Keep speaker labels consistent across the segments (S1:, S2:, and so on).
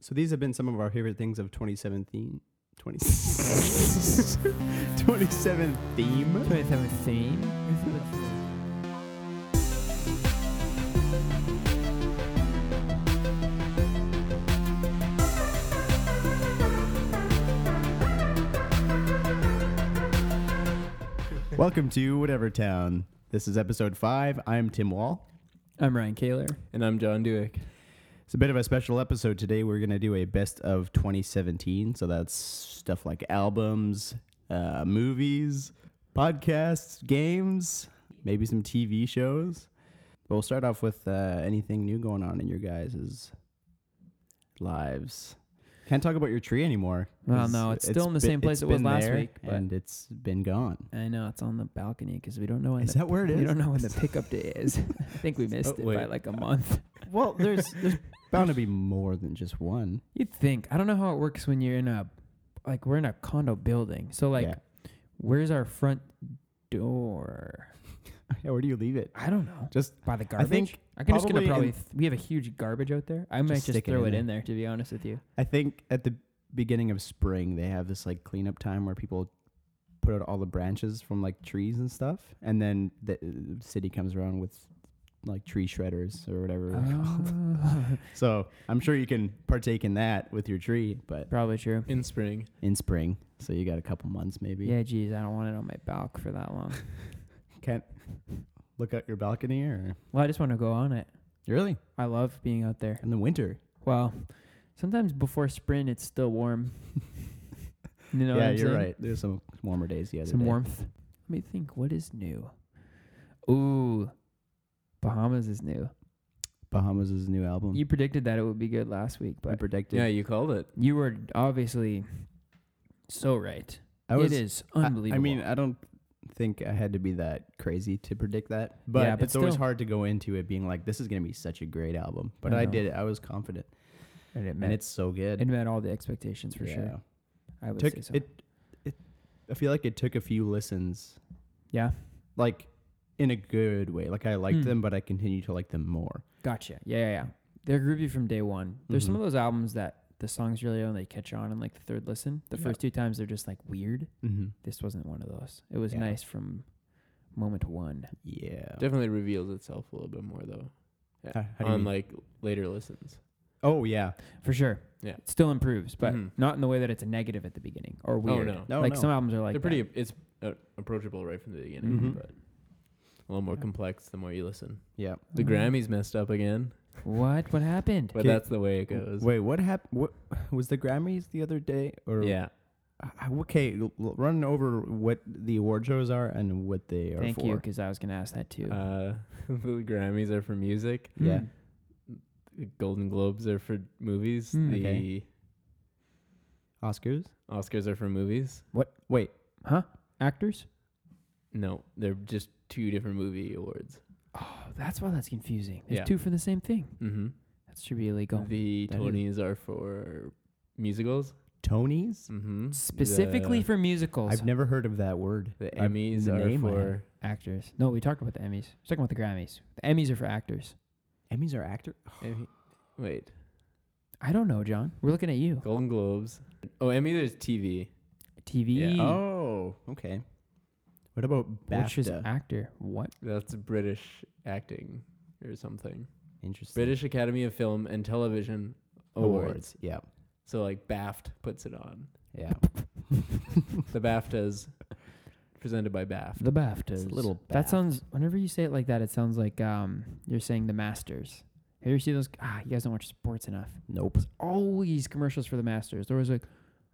S1: So these have been some of our favorite things of 2017. 20, 27 theme.
S2: 27 theme.
S1: Welcome to Whatever Town. This is episode five. I'm Tim Wall.
S2: I'm Ryan Kaler.
S3: And I'm John Dewick.
S1: It's a bit of a special episode today. We're going to do a best of 2017. So that's stuff like albums, uh, movies, podcasts, games, maybe some TV shows. But we'll start off with uh, anything new going on in your guys' lives. Can't talk about your tree anymore.
S2: Well,
S1: 'cause
S2: no, it's still in the same
S1: been-
S2: place
S1: it's
S2: it was
S1: been
S2: last
S1: there,
S2: week, but-
S1: and it's been gone.
S2: I know it's on the balcony because we don't know when
S1: Is
S2: the,
S1: that where it
S2: We
S1: is?
S2: don't know when the pickup day is. I think we missed
S3: Oh,
S2: it by
S3: wait.
S2: like a month.
S1: Well, there's there's bound to be more than just one.
S2: You'd think. I don't know how it works when you're in a like we're in a condo building. So like,
S1: Yeah.
S2: where's our front door?
S1: Yeah, where do you leave it?
S2: I don't know.
S1: Just
S2: By the garbage.
S1: I think
S2: I'm just gonna
S1: probably
S2: probably.
S1: in-
S2: th- we have a huge garbage out there. I might just,
S1: stick it
S2: throw
S1: in
S2: it
S1: there.
S2: in there. To be honest with you,
S1: I think at the beginning of spring they have this like cleanup time where people put out all the branches from like trees and stuff, and then the uh, city comes around with like tree shredders or whatever. they're called.
S2: Oh.
S1: So I'm sure you can partake in that with your tree, but
S2: probably true.
S3: In spring.
S1: in spring, so you got a couple months maybe.
S2: Yeah, geez, I don't want it on my balcony for that long.
S1: Can't look out your balcony or
S2: well, I just want to go on it.
S1: really
S2: I love being out there.
S1: in the winter.
S2: Well, sometimes before spring, it's still warm. you know, what
S1: yeah,
S2: I'm
S1: you're
S2: saying?
S1: right. There's some warmer days the other
S2: Some
S1: day.
S2: warmth. Let me think. What is new? Ooh, Bahamas is new.
S1: Bahamas' new album.
S2: You predicted that it would be good last week,
S1: I
S2: but
S1: predicted.
S3: Yeah, you called it.
S2: you were obviously so right.
S1: I was,
S2: it is
S1: I-
S2: unbelievable.
S1: I, mean, I don't think I had to be that crazy to predict that, but,
S2: Yeah, but
S1: it's always
S2: still.
S1: hard to go into it being like, "This is gonna be such a great album." But
S2: I
S1: I,
S2: know.
S1: did it. I was confident,
S2: and it
S1: and
S2: met
S1: it's so good.
S2: it met all the expectations for
S1: Yeah.
S2: sure. I would
S1: Took
S2: say so.
S1: it, it. I feel like it took a few listens,
S2: yeah,
S1: like in a good way. Like I liked
S2: Hmm.
S1: them, but I continue to like them more.
S2: gotcha. Yeah, yeah, yeah. They're groovy from day one. There's some
S1: Mhm.
S2: of those albums that the songs really only catch on in like the third listen. The
S1: Yeah.
S2: first two times they're just like weird.
S1: Mm-hmm.
S2: This wasn't one of those. It was
S1: Yeah.
S2: nice from moment one.
S1: Yeah.
S3: Definitely reveals itself a little bit more though.
S1: How- how do you
S3: on
S1: mean?
S3: like later listens.
S1: oh yeah.
S2: For sure.
S3: Yeah.
S2: It still improves, but
S3: Mhm.
S2: not in the way that it's a negative at the beginning or weird.
S3: Oh no.
S1: No,
S2: like
S1: no.
S2: some albums are like
S3: They're pretty
S2: that.
S3: it's uh, approachable right from the beginning,
S1: Mhm.
S3: but a little more
S2: Yeah.
S3: complex the more you listen.
S1: yeah.
S3: The
S2: Oh.
S3: Grammys messed up again,
S2: What? What happened?
S3: but
S1: Okay.
S3: that's the way it goes.
S1: Wait, what happened? What was the Grammys the other day? Or
S3: Yeah.
S1: I- okay, l- l- run over what the award shows are and what they are
S2: Thank
S1: for.
S2: you, because I was gonna ask that too.
S3: Uh, the Grammys are for music.
S1: yeah.
S2: Mm.
S3: The Golden Globes are for movies.
S2: Mm.
S3: the
S1: Okay. Oscars.
S3: Oscars are for movies.
S1: Wait,
S2: Huh? Actors?
S3: No, they're just two different movie awards.
S2: Oh, that's why that's confusing. There's
S3: Yeah.
S2: two for the same thing.
S3: Mm-hmm.
S2: That should be illegal.
S3: The
S1: That is-
S3: Tonys are for musicals.
S1: Tonys.
S3: Mm-hmm.
S2: Specifically
S3: the,
S2: for musicals.
S1: I've never heard of that word.
S3: the
S1: I've-
S3: Emmys
S1: the
S3: are
S1: name I
S3: for
S2: actors. No, we talked about the Emmys. We're talking about the Grammys. The Emmys are for actors.
S1: Emmys are actor.
S3: Emmy, wait
S2: I don't know, John. We're looking at you.
S3: Golden Globes. Oh, Emmy there's TV.
S2: TV.
S3: Yeah.
S1: Oh, okay. What about
S2: E. Which is
S1: BAFTA?
S2: actor? What?
S3: That's British acting or something.
S1: Interesting.
S3: British Academy of Film and Television Awards.
S1: awards. Yeah,
S3: So like BAFT puts it on.
S1: yeah.
S3: The BAFTAs presented by BAFT.
S2: The BAFTAs.
S1: It's a little.
S2: That
S1: BAFTA.
S2: sounds. Whenever you say it like that, it sounds like um, you're saying the Masters. Have you ever seen those? Ah, you guys don't watch sports enough.
S1: Nope.
S2: Always commercials for the Masters. There was like,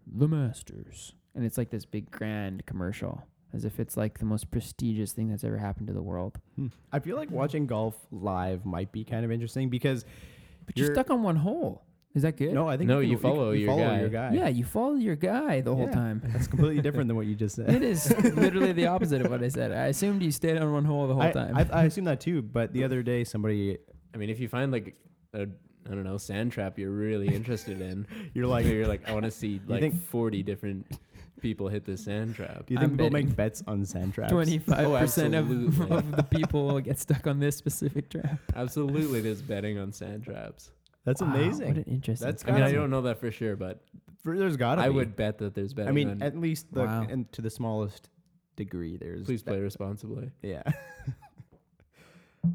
S2: the Masters, and it's like this big grand commercial, as if it's like the most prestigious thing that's ever happened to the world.
S1: I feel like watching golf live might be kind of interesting because
S2: But you're,
S1: You're-
S2: stuck on one hole. Is that good?
S1: no, I think
S3: No,
S1: can-
S3: you
S1: can-
S3: follow
S1: you
S3: your
S1: follow
S3: guy.
S1: your guy.
S2: Yeah, you follow your guy the whole
S1: Yeah.
S2: time.
S1: that's completely different than what you just said.
S2: It is literally the opposite of what I said. I assumed you stayed on one hole the whole
S1: I,
S2: time.
S1: I, I assume that too. But the other day, somebody,
S3: I mean, if you find like a I don't know sand trap you're really interested in,
S1: you're like,
S3: so
S1: do
S3: you're like I want to see like
S1: think-
S3: 40 different people hit this sand trap.
S1: you think
S2: I'm
S1: people
S2: betting.
S1: make bets on sand traps?
S2: Twenty-five percent of,
S3: absolutely.
S2: of the people will get stuck on this specific trap.
S3: Absolutely, there's betting on sand traps.
S1: That's
S2: Wow, What
S1: amazing.
S2: an interesting.
S1: That's
S3: I mean, I
S1: Gotta-
S3: don't know that for sure, but
S1: For- There's gotta.
S3: I
S1: be.
S3: would uh, bet that there's better.
S1: I mean,
S3: than-
S1: at least the
S2: Wow.
S1: and to the smallest degree, there's
S3: please
S1: that-
S3: play responsibly.
S1: Yeah.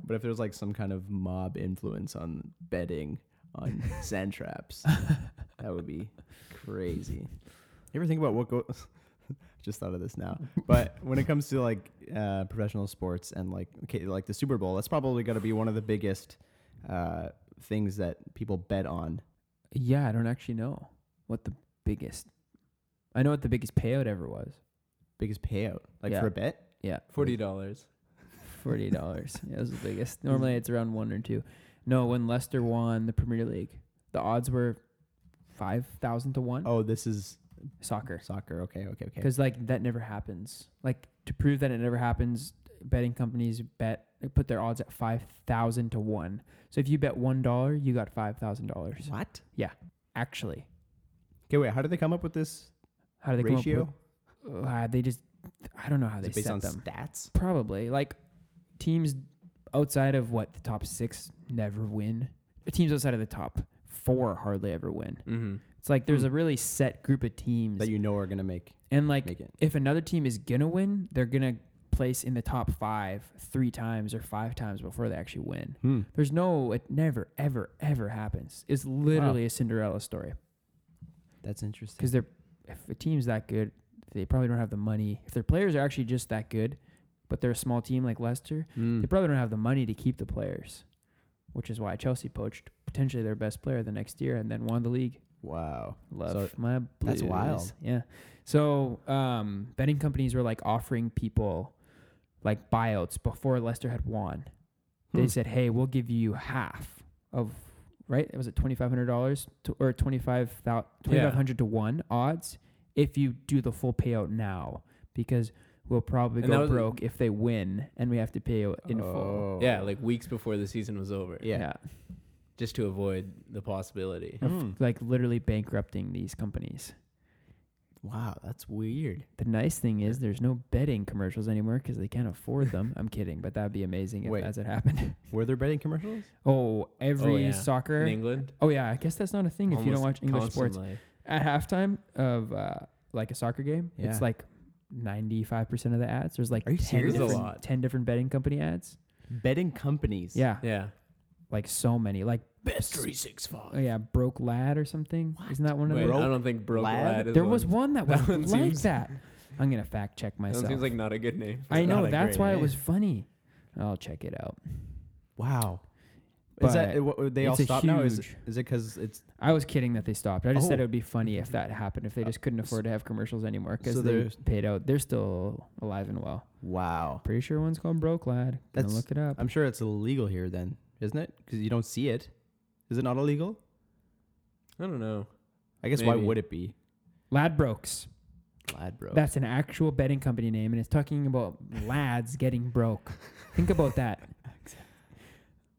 S1: but if there's like some kind of mob influence on betting on sand traps, that would be crazy. You ever think about what goes? Just thought of this now. But when it comes to like uh, professional sports and like okay, like the Super Bowl, that's probably got to be one of the biggest uh, things that people bet on.
S2: Yeah, I don't actually know what the biggest. I know what the biggest payout ever was.
S1: Biggest payout, like
S2: Yeah.
S1: for a bet.
S2: Yeah,
S3: Forty dollars.
S2: forty dollars. yeah, that was the biggest. Normally it's around one or two. No, when Leicester won the Premier League, the odds were five thousand to one.
S1: Oh, this is
S2: Soccer,
S1: soccer. Okay, okay, okay.
S2: because like that never happens. Like to prove that it never happens, betting companies bet they put their odds at five thousand to one. So if you bet one dollar, you got five thousand dollars.
S1: What?
S2: Actually,
S1: Okay, wait. How did they come up with this
S2: how do they
S1: ratio?
S2: come up with? Uh, they just, I don't know how
S1: Is
S2: they
S1: it based
S2: set
S1: on
S2: them.
S1: stats?
S2: Probably. Like teams outside of what the top six never win. Teams outside of the top four hardly ever win.
S3: Mm-hmm.
S2: It's like there's
S1: Hmm.
S2: a really set group of teams,
S1: that you know are gonna make
S2: and like
S1: make it.
S2: if another team is gonna win, they're gonna place in the top five three times or five times before they actually win.
S1: Hmm.
S2: There's no, it never, ever, ever happens. It's literally a Cinderella story
S1: That's interesting.
S2: because they're if a team's that good, they probably don't have the money. If their players are actually just that good, but they're a small team like Leicester,
S3: Hmm.
S2: they probably don't have the money to keep the players, which is why Chelsea poached potentially their best player the next year and then won the league.
S1: Wow.
S2: Love
S1: So,
S2: my blues.
S1: that's wild.
S2: Yeah. So um, betting companies were like offering people like buyouts before Leicester had won. They
S1: Hmm.
S2: said, "Hey, we'll give you half of right. It was at twenty five hundred dollars to or twenty five twenty five hundred to one odds if you do the full payout now because." We'll probably
S3: And that
S2: go
S3: was-
S2: broke if they win, and we have to pay out in full.
S1: Oh.
S3: Yeah, like weeks before the season was over.
S1: Yeah.
S3: just to avoid the possibility.
S2: Of,
S1: Hmm.
S2: like literally bankrupting these companies.
S1: Wow, that's weird.
S2: The nice thing is there's no betting commercials anymore 'cause they can't afford them. I'm kidding, but that'd be amazing if
S1: Wait.
S2: that's it happened.
S1: Were there betting commercials?
S2: oh, every
S3: yeah.
S2: soccer.
S3: In England,
S2: oh yeah, I guess that's not a thing if you don't watch
S3: almost
S2: English sports
S3: constantly.
S2: at halftime of uh, like a soccer game.
S1: Yeah.
S2: It's like 95% of the ads. There's like
S1: Are you
S2: 10
S1: serious?
S3: There's a
S2: different,
S3: lot.
S2: 10 different betting company ads.
S1: Betting companies.
S2: Yeah,
S3: Yeah,
S2: like so many. Like
S1: Best three six
S2: oh,
S1: five.
S2: yeah, broke lad or something. is Isn't that one of
S3: Wait,
S2: them?
S1: Broke
S3: I don't think broke
S1: Lad?
S3: lad. is
S2: There was one that was
S3: That one
S2: like
S3: seems-
S2: that. I'm gonna fact check
S3: That
S2: myself.
S3: one seems like not a good name.
S2: I
S1: It's
S2: know
S1: not a
S2: that's
S1: great
S2: why it
S1: name.
S2: was funny. I'll check it out.
S1: Wow. is that
S2: But
S1: uh, what, they all
S2: it's a
S1: stop now? Is
S2: huge-
S1: is it because it's
S2: I was kidding that they stopped. I just said
S1: Oh. Uh,
S2: it would be funny if that happened if they just couldn't afford to have commercials anymore because
S1: So
S2: they
S1: there's-
S2: paid out. They're still alive and well.
S1: wow?
S2: Pretty sure one's called Broke Lad. Gonna
S1: That's-
S2: look it up.
S1: I'm sure it's illegal here then, isn't it? Because you don't see it. Is it not illegal?
S3: I don't know.
S1: I guess why
S3: Maybe.
S1: would it be?
S2: Ladbrokes.
S1: Ladbro.
S2: That's an actual betting company name, and it's talking about lads getting broke. Think about that.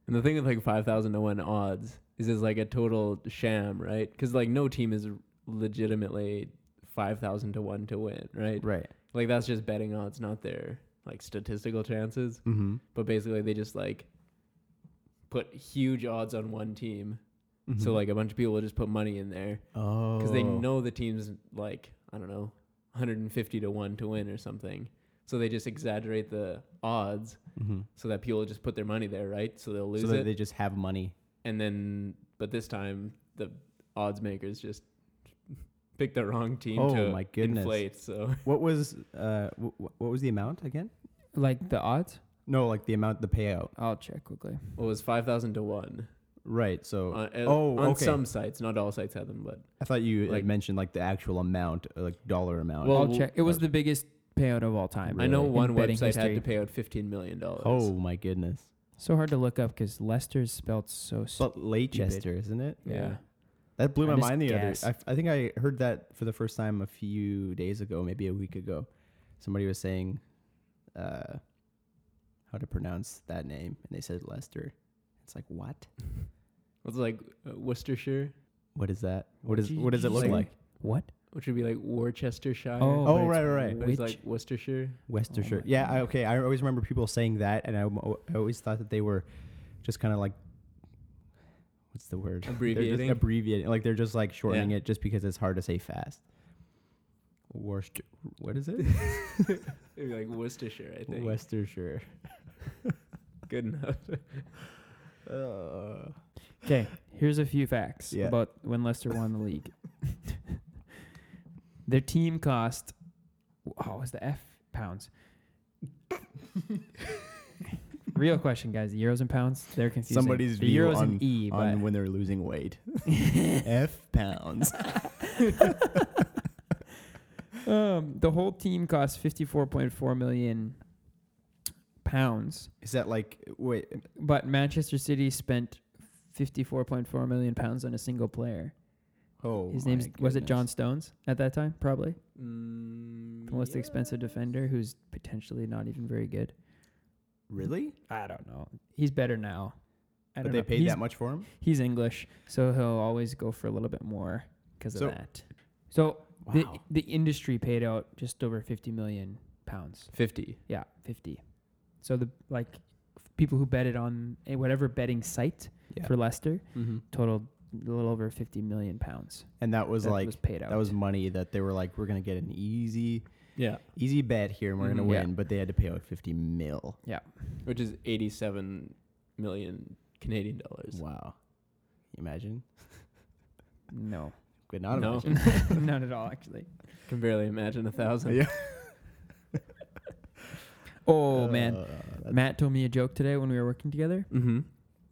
S3: And the thing with like five thousand to one odds is it's like a total sham, right? Because like no team is legitimately five thousand to one to win, right?
S1: right.
S3: Like that's just betting odds, not their like statistical chances.
S1: Mm-hmm.
S3: But basically, they just like put huge odds on one team.
S1: Mm-hmm.
S3: So like a bunch of people will just put money in there
S1: oh,
S3: because they know the team's like I don't know 150 to one to win or something. So they just exaggerate the odds
S1: Mhm.
S3: so that people just put their money there, right? So they'll lose
S1: so that
S3: it,
S1: they just have money.
S3: and then but this time the odds makers just picked the wrong team
S1: Oh
S3: to
S1: my goodness.
S3: inflate. So
S1: What was uh w- what was the amount again?
S2: Like the odds?
S1: No, like the amount, the payout.
S2: I'll check quickly.
S3: well, it was 5,000 to one.
S1: Right. So
S3: On,
S1: Oh,
S3: Uh, on
S1: okay.
S3: some sites, not all sites have them, but
S1: I thought you had
S3: Like-
S1: mentioned like the actual amount, uh, like dollar amount.
S3: Well,
S2: I'll
S3: w- uh,
S2: check. It was the biggest payout of all time.
S3: I know
S1: Really?
S2: in
S3: one
S2: betting
S3: website had
S2: history.
S3: to pay out 15 million dollars.
S1: oh my goodness!
S2: So hard to look up because Leicester's spelled so. St-
S1: But Leicester, isn't it?
S3: yeah.
S1: That blew
S2: I
S1: my
S2: just
S1: mind the
S2: guess.
S1: other. I, I think I heard that for the first time a few days ago, maybe a week ago. Somebody was saying, uh, how to pronounce that name, and they said Leicester. It's like what?
S3: It's like uh, Worcestershire,
S1: What is that? What is
S2: Did you-
S1: what does
S2: did
S1: it
S2: you
S1: look
S2: say-
S1: like?
S2: What?
S3: which would be like Worcestershire.
S1: Oh,
S2: Oh, but it's
S1: right, right,
S3: But it's
S2: which-
S3: like Worcestershire.
S1: Worcestershire.
S2: Oh my
S1: yeah, I,
S2: God.
S1: okay. I always remember people saying that, and I, I always thought that they were just kind of like, what's What's the word? They're
S3: Abbreviating?
S1: just abbreviating. Like they're just like shortening it just because it's hard to say fast. Worcester. What is it?
S3: It'd be like Worcestershire, I think.
S1: Worcestershire.
S3: Good enough.
S1: Uh,
S2: Okay, here's a few facts
S1: Yeah.
S2: about when Leicester won the league. Their team cost. Oh, was the F pounds? Real question, guys. The euros and pounds. They're confusing.
S1: Somebody's
S2: the
S1: view
S2: euros
S1: on,
S2: and e, but
S1: on when they're losing weight. F pounds.
S2: um, the whole team cost fifty-four point four million pounds,
S1: Is that like wait?
S2: but Manchester City spent fifty-four point four million pounds on a single player.
S1: Oh,
S2: His
S1: my
S2: name's was it
S1: goodness.
S2: John Stones at that time? Probably.
S3: Mm,
S2: the most
S3: yeah.
S2: expensive defender who's potentially not even very good.
S1: Really?
S2: I don't know. He's better now. I
S1: But
S2: don't
S1: they
S2: know.
S1: paid
S2: he's,
S1: that much for him?
S2: He's English, so he'll always go for a little bit more because
S1: So-
S2: of that. So the the industry paid out just over 50 million pounds.
S3: 50.
S2: Yeah, 50. So the like people who betted on a whatever betting site
S1: Yeah.
S2: for Leicester
S3: Mm-hmm.
S2: totaled a little over 50 million pounds.
S1: And that was
S2: that
S1: like
S2: was paid out.
S1: that was money that they were like, we're gonna get an easy,
S3: Yeah.
S1: easy bet here, and we're gonna
S3: Mhm.
S2: Mm, Yeah.
S1: win. But they had to pay out fifty mil.
S3: Which is 87 million Canadian dollars.
S1: Wow. Imagine.
S2: no,
S1: Could not
S3: No.
S1: imagine.
S2: not at all actually.
S3: Can barely imagine a thousand.
S1: Yeah.
S2: Oh man,
S1: Uh, that's-
S2: Matt told me a joke today when we were working together,
S3: Mm-hmm.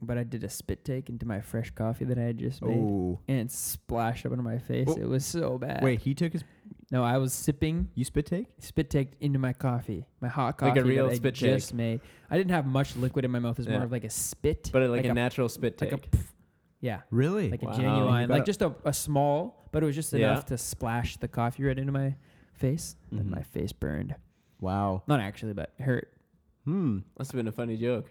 S2: but I did a spit take into my fresh coffee that I had just made
S1: oh.
S2: and it splashed up into my face.
S1: Oh.
S2: It was so bad.
S1: Wait, he took his.
S2: No, I was sipping
S1: You spit take?
S2: spit take into my coffee, my hot coffee
S3: Like a real
S2: that
S3: spit
S2: I just made. I didn't have much liquid in my mouth. It was
S3: Yeah.
S2: more of like a spit.
S3: But like, a,
S2: a,
S3: natural spit
S2: like
S3: take.
S2: a pff. yeah,
S1: Really?
S2: like
S3: Wow.
S2: a
S1: You
S2: genuine,
S1: gotta-
S2: like just a, a small, but it was just
S3: Yeah. Mm-hmm.
S2: enough to splash the coffee right into my face.
S1: Mhm.
S2: And my face burned.
S1: wow.
S2: Not actually, but it hurt.
S1: Hmm.
S3: Must have been a funny joke.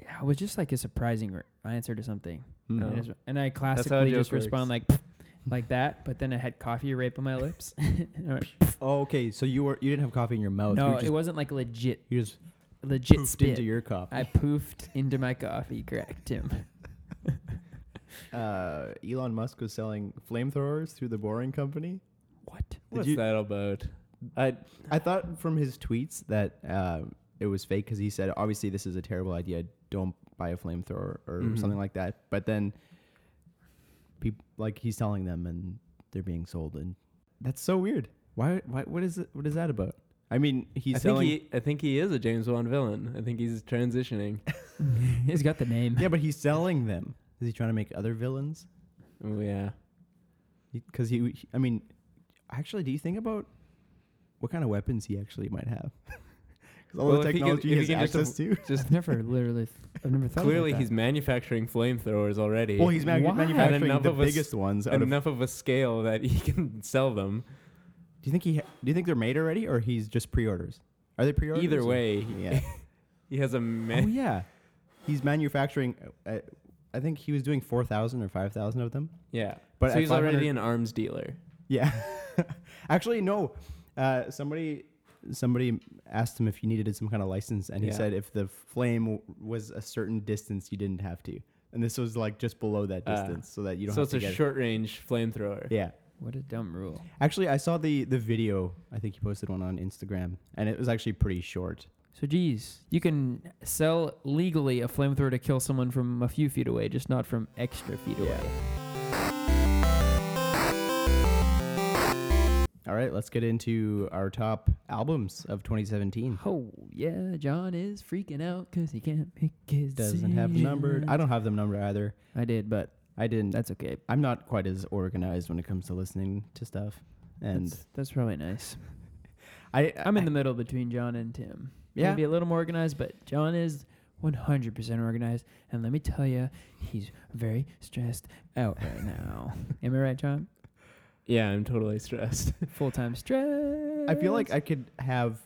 S2: Yeah, it was just like a surprising re- answer to something.
S1: Hmm.
S3: Oh.
S2: And I just- And I
S3: how a
S2: classically just
S3: joke works.
S2: respond like "Pff," like that, but then I had coffee right on my lips. And I went,
S1: Oh, okay. So you were you didn't have coffee in your mouth. Oh, you
S2: no,
S1: just,
S2: it wasn't like legit,
S1: you just
S2: legit
S1: poofed
S2: spit.
S1: into your cup.
S2: I poofed into my coffee. Correct, Tim.
S1: Uh, Elon Musk was selling flamethrowers through the Boring Company.
S2: What?
S3: What's
S1: you-
S3: that about? I
S1: I thought from his tweets that uh, it was fake because he said, obviously, this is a terrible idea. Don't buy a flamethrower or
S3: Mhm.
S1: something like that. But then, peop like he's telling them, and they're being sold, and that's so weird. Why? Why? What is it? What is that about? I mean, he's
S3: I think
S1: selling.
S3: he I think he is a James Bond villain. I think he's transitioning.
S2: He's got the name.
S1: yeah, but he's selling them. Is he trying to make other villains?
S3: oh yeah.
S1: Because he, I mean, actually, do you think about what kind of weapons he actually might have? 'Cause all
S3: Well,
S1: the
S3: if he can-
S1: technology
S3: if he
S1: he
S3: can
S1: has
S3: just
S1: access to.
S3: Just
S2: I've never literally. I've never thought.
S3: clearly
S2: about
S3: he's manufacturing flamethrowers already.
S1: Well, he's mag-
S2: Why?
S1: manufacturing
S3: And enough
S1: the
S3: of us-
S1: biggest ones. Out of, do
S3: enough of a scale that he can sell them.
S1: you think he? Ha- do you think they're made already, or he's just pre-orders? Are they pre-orders?
S3: Either
S1: or-
S3: way, he-
S1: Yeah.
S3: he has a
S1: oh
S3: man.
S1: yeah. He's manufacturing. Uh, I think he was doing four thousand or five thousand of them.
S3: yeah.
S1: But
S3: so
S1: at
S3: he's already
S1: 500
S3: an arms dealer.
S1: Yeah. Actually, no. Uh, somebody somebody asked him if he needed some kind of license, and he
S3: Yeah.
S1: said if the flame w- was a certain distance, you didn't have to. And this was like just below that
S3: Ah.
S1: distance, so that you don't.
S3: So
S1: have
S3: it's
S1: to
S3: a
S1: get it.
S3: short range flamethrower.
S1: Yeah.
S2: What a dumb rule.
S1: Actually, I saw the the video. I think he posted one on Instagram, and it was actually pretty short.
S2: So, geez, you can sell legally a flamethrower to kill someone from a few feet away, just not from extra feet away.
S1: All right, let's get into our top albums of 2017.
S2: Oh yeah, John is freaking out 'cause he can't make his
S1: Doesn't have them numbered. I
S2: decisions.
S1: don't have them numbered either.
S2: I did, but
S1: I didn't.
S2: that's okay.
S1: I'm not quite as organized when it comes to listening to stuff, and
S2: that's, that's probably nice.
S1: I
S2: I'm in the middle between John and Tim.
S1: Yeah.
S2: maybe a little more organized, but John is 100% organized, and let me tell you, he's very stressed out right now. Am I right, John?
S3: Yeah, I'm totally stressed.
S2: Full time stress.
S1: I feel like I could have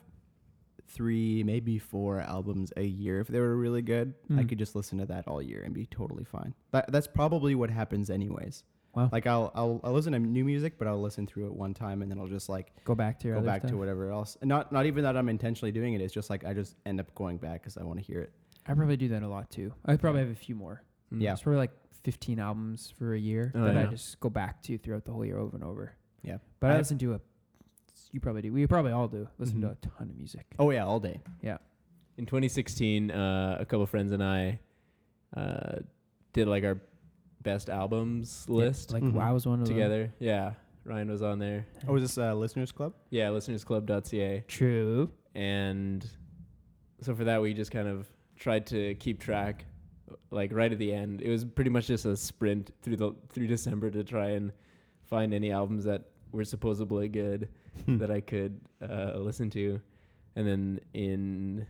S1: three, maybe four albums a year if they were really good. I
S2: Mm.
S1: could just listen to that all year and be totally fine. That, that's probably what happens, anyways.
S2: Wow.
S1: Like I'll, I'll I'll listen to new music, but I'll listen through it one time and then I'll just like
S2: go back to your
S1: go
S2: other
S1: back
S2: stuff.
S1: to whatever else. And not not even that I'm intentionally doing it. It's just like I just end up going back because I want to hear it.
S2: I probably do that a lot too. I probably have a few more.
S1: Yeah.
S3: Hmm.
S2: It's probably like 15 albums for a year
S3: Oh,
S2: that I
S3: yeah.
S2: just go back to throughout the whole year over and over.
S1: Yeah.
S2: But I,
S1: I-
S2: listen to a, you probably do. We probably all do. Listen to
S1: Mhm.
S2: a ton of music.
S1: Oh yeah, all day.
S3: in 2016, uh, a couple friends and I uh, did like our best albums list
S2: Like,
S1: Mhm.
S2: I was one of them.
S3: together. Yeah, Ryan was on there.
S1: Oh, is this uh, listeners club?
S3: Yeah, listenersclub.ca.
S2: True.
S3: And so for that, we just kind of tried to keep track, like right at the end. It was pretty much just a sprint through the through December to try and find any albums that were supposedly good
S1: Hmm.
S3: that I could uh, listen to. And then in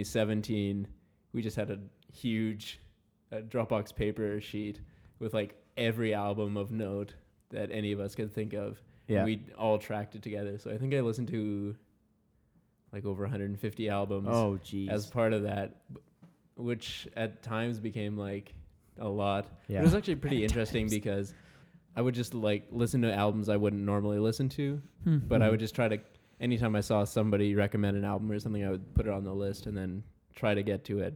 S3: 2017, we just had a huge uh, Dropbox paper sheet with like every album of note that any of us could think of.
S1: Yeah.
S3: We all tracked it together. So I think I listened to like over 150 albums
S1: oh geez.
S3: um, as part of that, b- which at times became like a lot. But
S1: yeah.
S3: It was actually pretty
S2: At
S3: interesting
S2: times.
S3: because I would just like listen to albums I wouldn't normally listen to
S2: Hmm.
S3: but
S1: Mm-hmm.
S3: I would just try to anytime I saw somebody recommend an album or something, I would put it on the list and then try to get to it.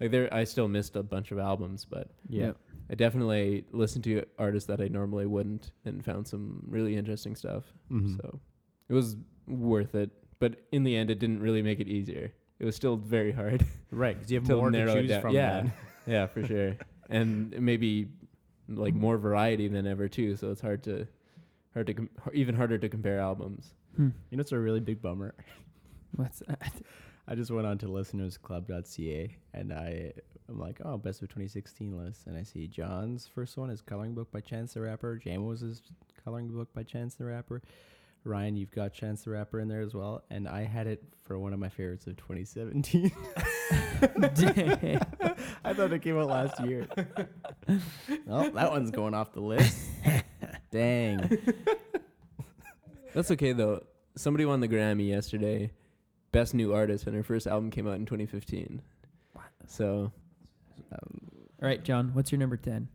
S3: Like there, I still missed a bunch of albums, but
S1: yeah.
S2: Yep.
S3: I definitely listened to artists that I normally wouldn't and found some really interesting stuff.
S1: Mhm.
S3: So it was worth it, but in the end, it didn't really make it easier. It was still very hard
S1: Right, because you have
S3: to
S1: more to
S3: narrow it
S1: choose
S3: down.
S1: from.
S3: yeah,
S1: then.
S3: yeah, for sure, and maybe like more variety than ever too. So it's hard to hard to com- even harder to compare albums.
S2: Hmm.
S1: You know, it's a really big bummer.
S2: What's uh, that?
S1: I just went on to listenersclub.ca and I I'm like, oh, best of 2016 list, and I see John's first one is Coloring Book by Chance the Rapper. Jamos is Coloring Book by Chance the Rapper. Ryan, you've got Chance the Rapper in there as well, and I had it for one of my favorites of 2017.
S2: Damn.
S1: I thought it came out last year. well, that one's going off the list. Dang.
S3: That's okay though. Somebody won the Grammy yesterday, best new artist, and her first album came out in 2015. So
S1: Um,
S2: All right, John, what's your number 10?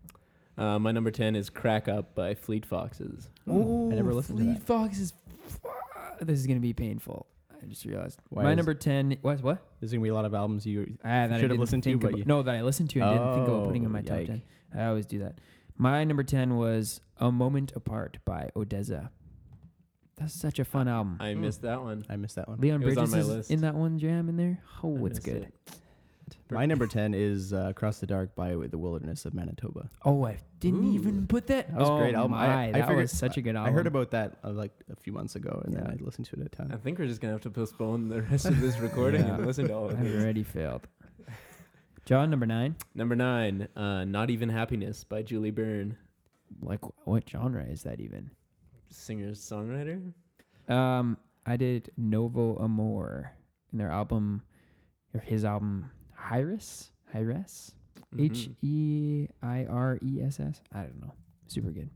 S3: uh, my number 10 is "Crack Up" by Fleet Foxes.
S1: Ooh, I never listened to
S2: Fleet
S1: that.
S2: Fox is. This is going to be painful. I just realized.
S1: Why
S2: My
S1: is-
S2: number 10. What? What?
S1: there's gonna be a lot of albums you.
S2: Ah, that I
S1: Should've
S2: didn't
S1: listened to,
S2: think
S1: but
S2: abo-
S1: you-
S2: no, that I listened to and didn't think about putting in my top
S1: yike.
S2: ten. I always do that. My number ten was "A Moment Apart" by Odessa. That's such a fun album.
S3: I
S1: Hmm.
S3: missed that one.
S1: I missed that one.
S2: Leon
S3: It was on
S2: Bridges
S3: my
S2: is
S3: list.
S2: in that one jam in there.
S3: I
S2: Oh, it's
S3: missed
S2: good.
S3: it.
S1: My number 10 is uh, Across the Dark by The Wilderness of Manitoba.
S2: Oh, I didn't even
S1: Ooh.
S2: put that.
S1: That was a
S2: oh
S1: great album. I-
S2: My,
S1: I
S2: that
S1: figured-
S2: was such a good album.
S1: I heard about that uh, like a few months ago, and then
S2: Yeah.
S1: I listened to it a
S3: I
S1: ton.
S3: think we're just gonna have to postpone the rest of this recording
S2: Yeah.
S3: and listen to all of
S2: I
S3: these.
S2: already failed. John number nine.
S3: Number nine, uh, "Not Even Happiness" by Julie Byrne,
S2: Like what genre is that even?
S3: singer songwriter.
S2: Um, I did Novo Amor in their album, or his album, Hyres. Hyres.
S3: Mm-hmm.
S1: Mm-hmm.
S2: H E I R E S S. I don't know. Super good.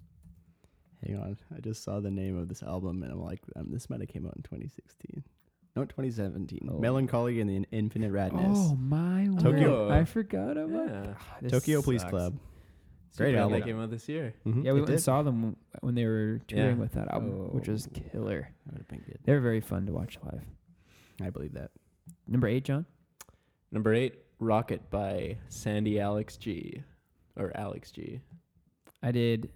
S1: Hang on, I just saw the name of this album, and I'm like, um, this might have came out in 2016. No, 2017.
S2: Oh.
S1: Melancholy and the In- Infinite Radness.
S2: Oh my
S1: Tokyo.
S2: word! I forgot about.
S3: Yeah.
S2: Ah, this
S1: Tokyo Police
S2: sucks.
S1: Club.
S3: Great
S1: Great
S3: album.
S1: album.
S3: That came out this year.
S1: Mhm,
S2: Yeah, we
S1: it
S2: went and
S1: did.
S2: saw them when they were touring
S3: Yeah.
S2: with that album, which was
S1: Oh.
S2: killer.
S1: That would've been good.
S2: They were very fun to watch live.
S1: I believe that.
S2: Number eight, John.
S3: Number eight, "Rocket" by Sandy Alex G, or Alex G.
S2: I did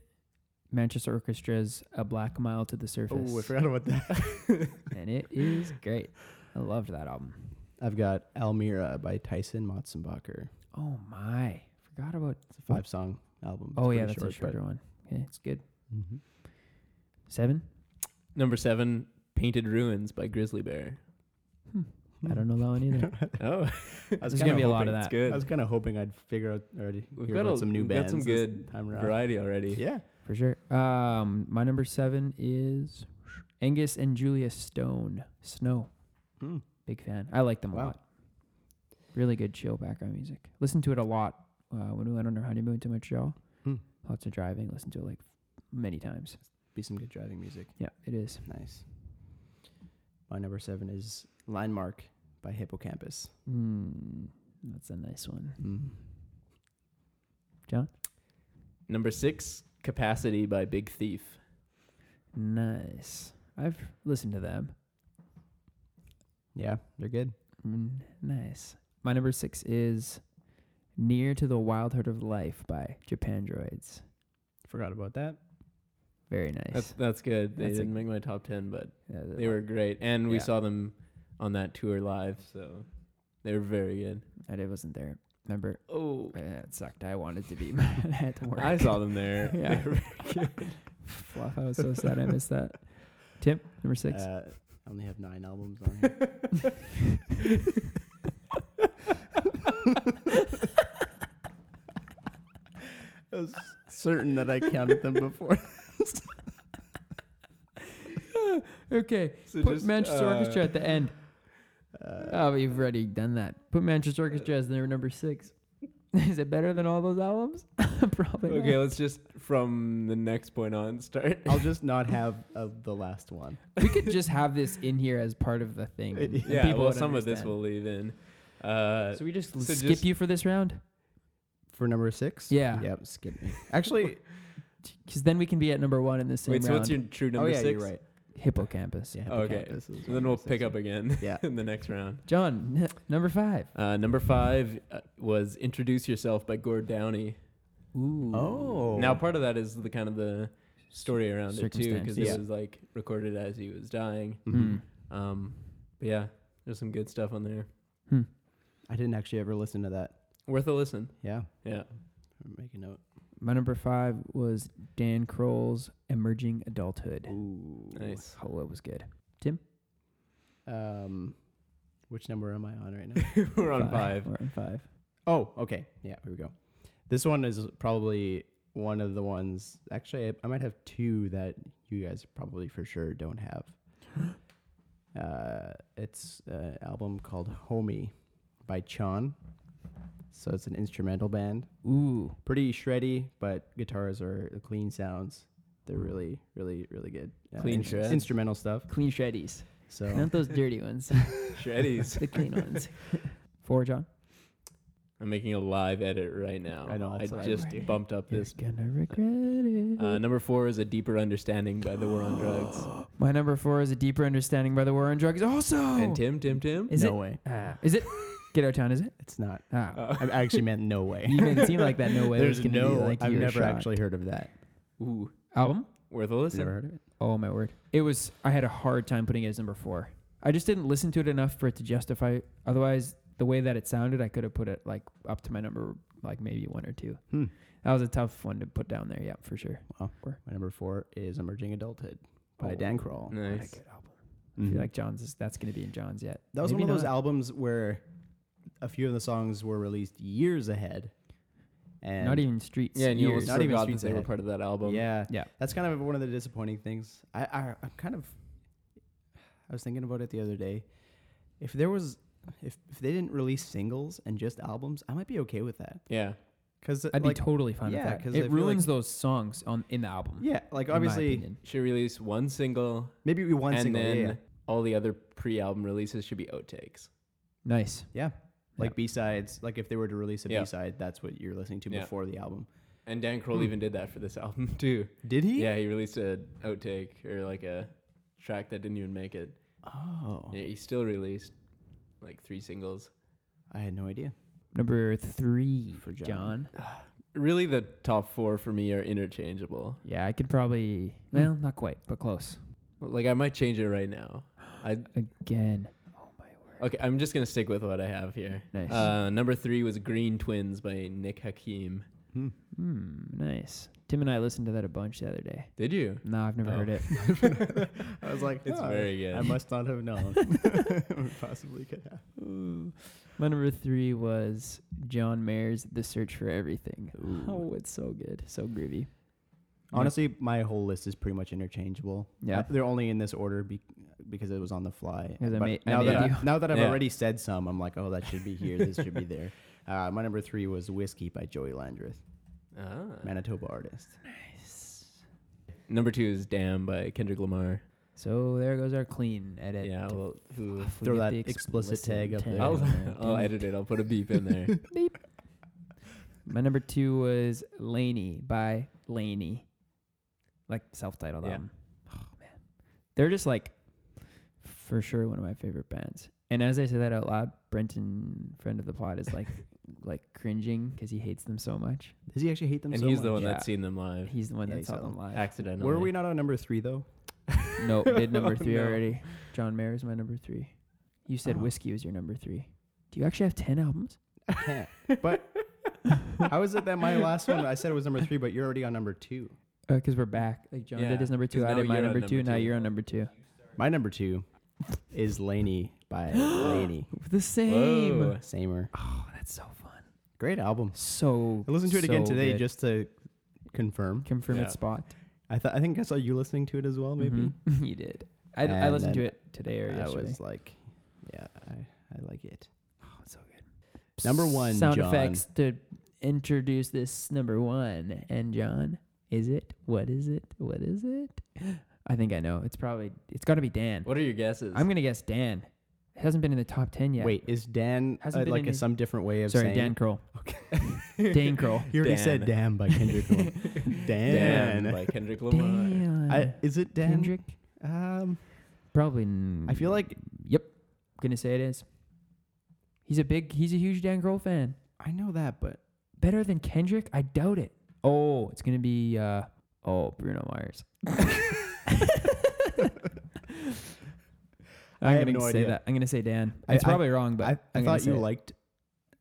S2: Manchester Orchestra's "A Black Mile to the Surface,"
S1: Oh, I forgot about that.
S2: and it is great. I loved that album.
S1: I've got Almira by Tyson Motzenbacher.
S2: Oh my! Forgot about.
S1: It's a five song album. It's
S2: oh yeah,
S1: pretty
S2: that's a
S1: short,
S2: shorter one. Yeah, it's good.
S1: but- Mhm.
S2: Seven.
S3: Number seven, Painted Ruins by Grizzly Bear.
S2: I don't know that one either.
S3: Oh,
S1: I was
S2: There's gonna
S1: kinda
S2: be a lot
S1: hoping-
S2: of
S3: it's
S2: that.
S3: good.
S1: I was kind of hoping I'd figure out already.
S3: We've
S1: hear
S3: got
S1: about
S3: a-
S1: some new
S3: we've got
S1: bands.
S3: some
S1: this
S3: good
S1: time around.
S3: variety already.
S1: Yeah.
S2: For sure. Um, my number seven is Angus and Julia Stone. Snow.
S1: Mm.
S2: Big fan. I like them a
S1: Wow.
S2: lot. Really good chill background music. Listen to it a lot uh, when we went on our honeymoon to Montreal.
S1: Hmm.
S2: Lots of driving. Listen to it like many times.
S1: Be some good driving music.
S2: Yeah, it is.
S1: Nice. My number seven is Landmark by Hippocampus.
S2: Mm, that's a nice one.
S3: Hmm.
S1: Mm.
S3: Number six, Capacity by Big Thief.
S2: Nice. I've listened to them.
S1: Yeah, they're good.
S2: Mm, nice. My number six is Near to the Wild Heart of Life by Japan Droids.
S1: Forgot about that.
S2: Very nice.
S3: That's that's good. They
S2: That's a-
S3: didn't make my top ten, but
S2: Yeah, th-
S3: they were great, and we
S2: Yeah.
S3: saw them on that tour live, so they were very good.
S2: I did- wasn't there. Remember?
S3: Oh,
S2: Uh, it sucked. I wanted to be. but I had to work.
S3: I saw them there.
S2: Yeah.
S3: They were
S2: Fluff. I was so sad I missed that. Tim, number six.
S1: Uh, I only have nine albums on here. I was certain that I counted them before.
S2: okay.
S3: so
S2: Put
S3: just,
S2: Manchester
S3: uh,
S2: Orchestra at the end.
S1: Uh,
S2: Oh, you've already done that. Put Manchester Orchestra as their number six. Is it better than all those albums? Probably. not.
S3: Okay, let's just from the next point on start.
S1: I'll just not have uh, the last one.
S2: We could just have this in here as part of the thing. and
S3: yeah,
S2: people
S3: well,
S2: would
S3: some of this
S2: understand.
S3: we'll leave in. Uh,
S2: So we just
S3: so
S2: skip
S3: just-
S2: you for this round?
S1: For number six?
S2: Yeah.
S1: Yep, skip me. Actually,
S2: Because then we can be at number one in the same
S3: wait, so
S2: round.
S3: what's your true
S1: oh
S3: number
S1: yeah,
S3: six?
S1: you're right.
S2: Hippocampus.
S1: Yeah,
S3: Oh, okay.
S1: Hippocampus is
S3: Then
S1: number
S3: we'll
S1: six.
S3: pick up again
S1: Yeah.
S3: in the next round.
S2: John, n- number five.
S3: Uh, number five uh, was "Introduce Yourself" by Gord Downey.
S2: Ooh.
S1: Oh.
S3: Now, part of that is the kind of the story around it too, because
S2: Circumstances.
S3: it was like recorded as he was dying.
S2: Hmm. Mm-hmm.
S1: Mhm.
S3: Um, but yeah, there's some good stuff on there.
S1: I didn't actually ever listen to that.
S3: Worth a listen.
S1: Yeah.
S3: Yeah.
S1: Make a note.
S2: My number five was Dan Kroll's Emerging Adulthood.
S1: Ooh.
S3: Nice.
S2: Oh, it was good.
S1: Um, which number am I on right now?
S3: We're on five.
S2: We're on five.
S1: oh, okay. Yeah, here we go. This one is probably one of the ones. Actually, I, I might have two that you guys probably for sure don't have. uh, it's an album called Homie by Chon. So it's an instrumental band.
S2: Ooh.
S1: Pretty shreddy, but guitars are clean sounds. They're
S2: Hmm.
S1: really, really, really good. Uh,
S3: Clean
S1: ins-
S3: shreds.
S1: Instrumental stuff.
S2: Clean shreddies.
S1: So
S3: Oh.
S2: Not those dirty ones.
S3: Shreddies.
S2: the clean ones. Four, John.
S3: I'm making a live edit right now.
S1: I know,
S3: I
S1: that's what I-
S3: just bumped up
S2: You're
S3: this.
S2: gonna regret it.
S3: Uh, number four is a deeper understanding by the War on Drugs.
S2: My number four is a deeper understanding by the war on drugs. Also,
S3: And Tim, Tim, Tim.
S2: is
S1: no
S2: it?
S1: way.
S2: Ah, is it? Get out of town. Is it?
S1: It's not.
S2: Ah.
S3: Uh,
S1: I actually meant no way.
S2: you made it seem like that. No way.
S1: There's
S2: was gonna
S1: no.
S2: Be like
S1: I've
S2: you were
S1: never
S2: shocked.
S1: actually heard of that.
S3: Ooh,
S2: album.
S3: worth a listen.
S1: Never heard of it.
S2: Oh my word! It was. I had a hard time putting it as number four. I just didn't listen to it enough for it to justify. Otherwise, the way that it sounded, I could have put it like up to my number, like maybe one or two.
S1: Hmm.
S2: That was a tough one to put down there. Yeah, for sure.
S1: My number four is Emerging Adulthood by
S2: Oh.
S1: Dan Kroll.
S2: What a
S3: Nice.
S2: good album. I feel like John's. Is, that's gonna be in John's yet.
S1: Mm-hmm. that was
S2: Maybe
S1: one of those
S2: not.
S1: albums where a few of the songs were released years ahead, and
S2: Not even streets.
S3: Yeah, and you almost
S2: years.
S1: Not even
S3: forgot
S1: Streets
S3: that they were
S1: Ahead.
S3: part of that album.
S1: yeah,
S2: Yeah.
S1: That's kind of one of the disappointing things. I, I I'm kind of. I was thinking about it the other day. If there was, if if they didn't release singles and just albums, I might be okay with that.
S3: Yeah.
S1: Because
S2: I'd
S1: like,
S2: be totally fine
S1: yeah, 'cause
S2: with that.
S1: I feel
S2: It
S1: like-
S2: ruins those songs on in the album.
S1: yeah, like
S2: in my
S1: obviously
S2: opinion.
S3: Should release one single,
S1: maybe we one
S3: and
S1: single, yeah,
S3: then
S1: yeah,
S3: all the other pre-album releases should be outtakes.
S2: Nice.
S1: yeah. Like
S2: Yeah.
S1: B sides, like if they were to release a
S3: Yeah.
S1: side, that's what you're listening to
S3: Yeah.
S1: before the album.
S3: And Dan Kroll
S1: Hmm.
S3: even did that for this album too.
S1: Did he?
S3: Yeah, he released a outtake or like a track that didn't even make it.
S1: Oh,
S3: Yeah, he still released like three singles.
S1: I had no idea.
S2: Number three
S1: For
S2: for
S1: John.
S2: John.
S3: Really, the top four for me are interchangeable.
S2: Yeah, I could probably.
S1: Hmm.
S2: Well, not quite, but close.
S3: Like I might change it right now. I
S2: Again.
S3: okay. I'm just gonna stick with what I have here.
S2: Nice.
S3: Uh, number three was Green Twins by Nick Hakim.
S2: Hmm. Nice. Tim and I listened to that a bunch the other day.
S3: Did you?
S2: No, I've never
S3: Oh.
S2: heard it.
S1: I was like,
S3: It's
S1: "Huh,
S3: very good.
S1: Ah, I must not have known. Possibly could have.
S2: My number three was John Mayer's "The Search for Everything."
S1: Ooh.
S2: Oh, it's so good, so groovy.
S1: Honestly, my whole list is pretty much interchangeable.
S2: Yeah.
S1: Uh, they're only in this order be- because it was on the fly.
S2: 'Cause I
S1: But
S2: made- I
S1: now,
S2: made
S1: that I,
S2: you.
S1: now that I've
S3: Yeah.
S1: already said some, I'm like, oh, that should be here. this should be there. Uh, my number three was "Whiskey" by Joey Landreth,
S3: Ah.
S1: Manitoba artist.
S3: Number two is Damn by Kendrick Lamar.
S2: So there goes our clean edit.
S3: Yeah, well, ooh.
S2: If we
S1: Throw
S2: get
S1: that
S2: the
S1: explicit tag up there. Oh,
S2: on
S3: I'll,
S2: there,
S3: I'll
S2: damn it.
S3: edit it. I'll put a beep in there.
S2: My number two was Laney by Laney, like self-titled
S3: Yeah.
S2: album. Oh man, they're just like for sure one of my favorite bands. And as I say that out loud, Brenton, friend of the pod, is like like cringing because he hates them so much.
S1: Does he actually hate them
S3: and
S1: so
S3: he's the
S1: much?
S3: one
S2: much.
S3: that's seen them live
S2: He's the one
S1: Yeah,
S2: that
S1: he
S2: saw
S1: saw
S2: them live.
S3: accidentally.
S1: Were we not on number three though?
S2: No, did number three
S3: Oh, No.
S2: already. John Mayer is my number three. You said
S1: Oh.
S2: whiskey was your number three. Do you actually have ten albums?
S1: Can't. But how is it that my last one I said it was number three, but you're already on number two?
S2: Because Uh, we're back. Like John
S3: Yeah,
S2: did his number
S3: 'cause
S2: two. I
S3: now
S2: did my
S3: you're on
S2: number, two.
S3: number
S2: Now
S3: two.
S2: you're on number two.
S1: My number two is Laney by Laney.
S2: The same.
S3: Whoa.
S1: Samer.
S2: Oh, that's so fun.
S1: Great album.
S2: So
S1: I listened to it again
S2: so
S1: today
S2: good.
S1: just to confirm.
S2: confirm
S3: Yeah.
S2: its spot.
S1: I th- I think I saw you listening to it as well, maybe.
S2: Mhm. you did. I, I
S1: And
S2: listened to
S1: then
S2: it today or
S1: I
S2: yesterday.
S1: was like, yeah, I, I like it.
S2: Oh, it's so good.
S1: Number one,
S2: sound
S1: John.
S2: effects to introduce this number one. And John, is it? What is it? What is it? I think I know. It's probably. It's got to be Dan.
S3: What are your guesses?
S2: I'm gonna guess Dan. It hasn't been in the top ten yet.
S1: Wait, is Dan
S2: Hasn't
S1: uh,
S2: been
S1: like
S2: any-
S1: a some different way of
S2: sorry,
S1: saying?
S2: Dan Kroll. Okay. Dan Kroll.
S1: He already said "Damn" by Kendrick Lamar. Dan.
S3: Damn by Kendrick Lamar.
S2: Dan.
S1: I, is it Dan?
S2: Kendrick.
S1: Um,
S2: Probably.
S1: I feel like
S2: Yep. Gonna say it is. He's a big. He's a huge Dan Kroll fan.
S1: I know that, but
S2: Better than Kendrick? I doubt it. Oh, it's gonna be. uh Oh, Bruno Mars. I'm
S1: I have
S2: gonna
S1: no
S2: say
S1: idea.
S2: that. I'm gonna say Dan.
S1: I-
S2: It's
S1: I-
S2: probably wrong, but
S1: I, I
S2: I'm gonna
S1: thought
S2: say
S1: you
S2: it.
S1: liked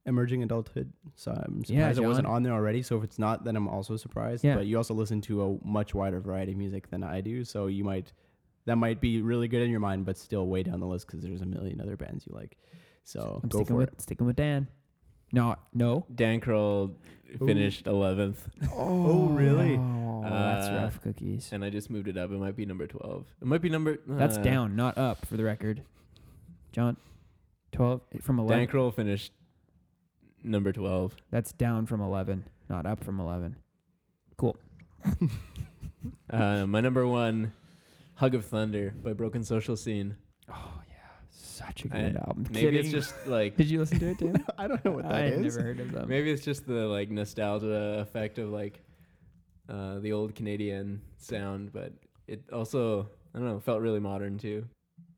S1: Emerging Adulthood, so I'm surprised
S2: Yeah,
S1: it wasn't
S2: John.
S1: on there already. So if it's not, then I'm also surprised.
S2: Yeah.
S1: But you also listen to a much wider variety of music than I do, so you might that might be really good in your mind, but still way down the list because there's a million other bands you like. So
S2: I'm
S1: go
S2: sticking
S1: for
S2: with
S1: it.
S2: sticking with Dan. No, no.
S3: Dan Kroll
S1: Ooh.
S3: finished 11th,
S1: Oh, really?
S2: Oh, that's
S3: Uh,
S2: rough cookies.
S3: and I just moved it up. It might be number 12. It might be number.
S2: That's
S3: uh,
S2: down, not up, for the record. John, twelve from eleven.
S3: Dan Kroll finished number 12.
S2: That's down from 11, not up from 11.
S3: Uh, my number one, Hug of Thunder by Broken Social Scene.
S2: Oh, yeah. Such a
S3: I-
S2: good album.
S3: Maybe
S2: Kidding.
S3: it's just like
S2: Did you listen to it, too?
S1: I don't know what that
S2: I've
S1: is.
S2: never heard of them.
S3: maybe it's just the like nostalgia effect of like uh, the old Canadian sound, but it also I don't know felt really modern too.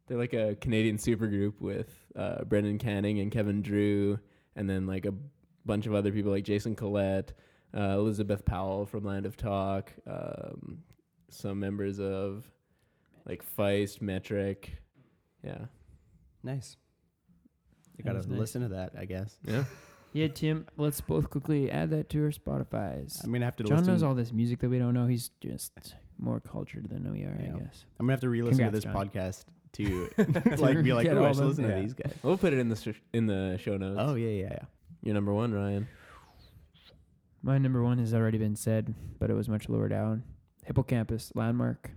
S3: They're like a Canadian supergroup with uh, Brendan Canning and Kevin Drew, and then like a bunch of other people like Jason Collette, uh, Elizabeth Powell from Land of Talk, um, some members of like Feist, Metric, yeah,
S1: Nice. You
S2: That
S1: gotta
S2: is nice.
S1: listen to that, I guess.
S3: yeah.
S2: Yeah, Tim, let's both quickly add that to our Spotify's.
S1: I'm gonna have to
S2: John
S1: listen.
S2: knows all this music that we don't know. He's just more cultured than we are,
S1: Yeah.
S2: I guess.
S1: I'm gonna have to re-listen
S2: Congrats,
S1: to this podcast to like be like,
S2: Get
S1: oh,
S2: all
S1: I should
S2: them.
S1: listen
S3: Yeah.
S1: to these guys.
S3: We'll put it in the sh- in the show notes.
S1: Oh yeah, yeah, yeah.
S3: You're number one, Ryan.
S2: My number one has already been said, but it was much lower down. Hippocampus, Landmark.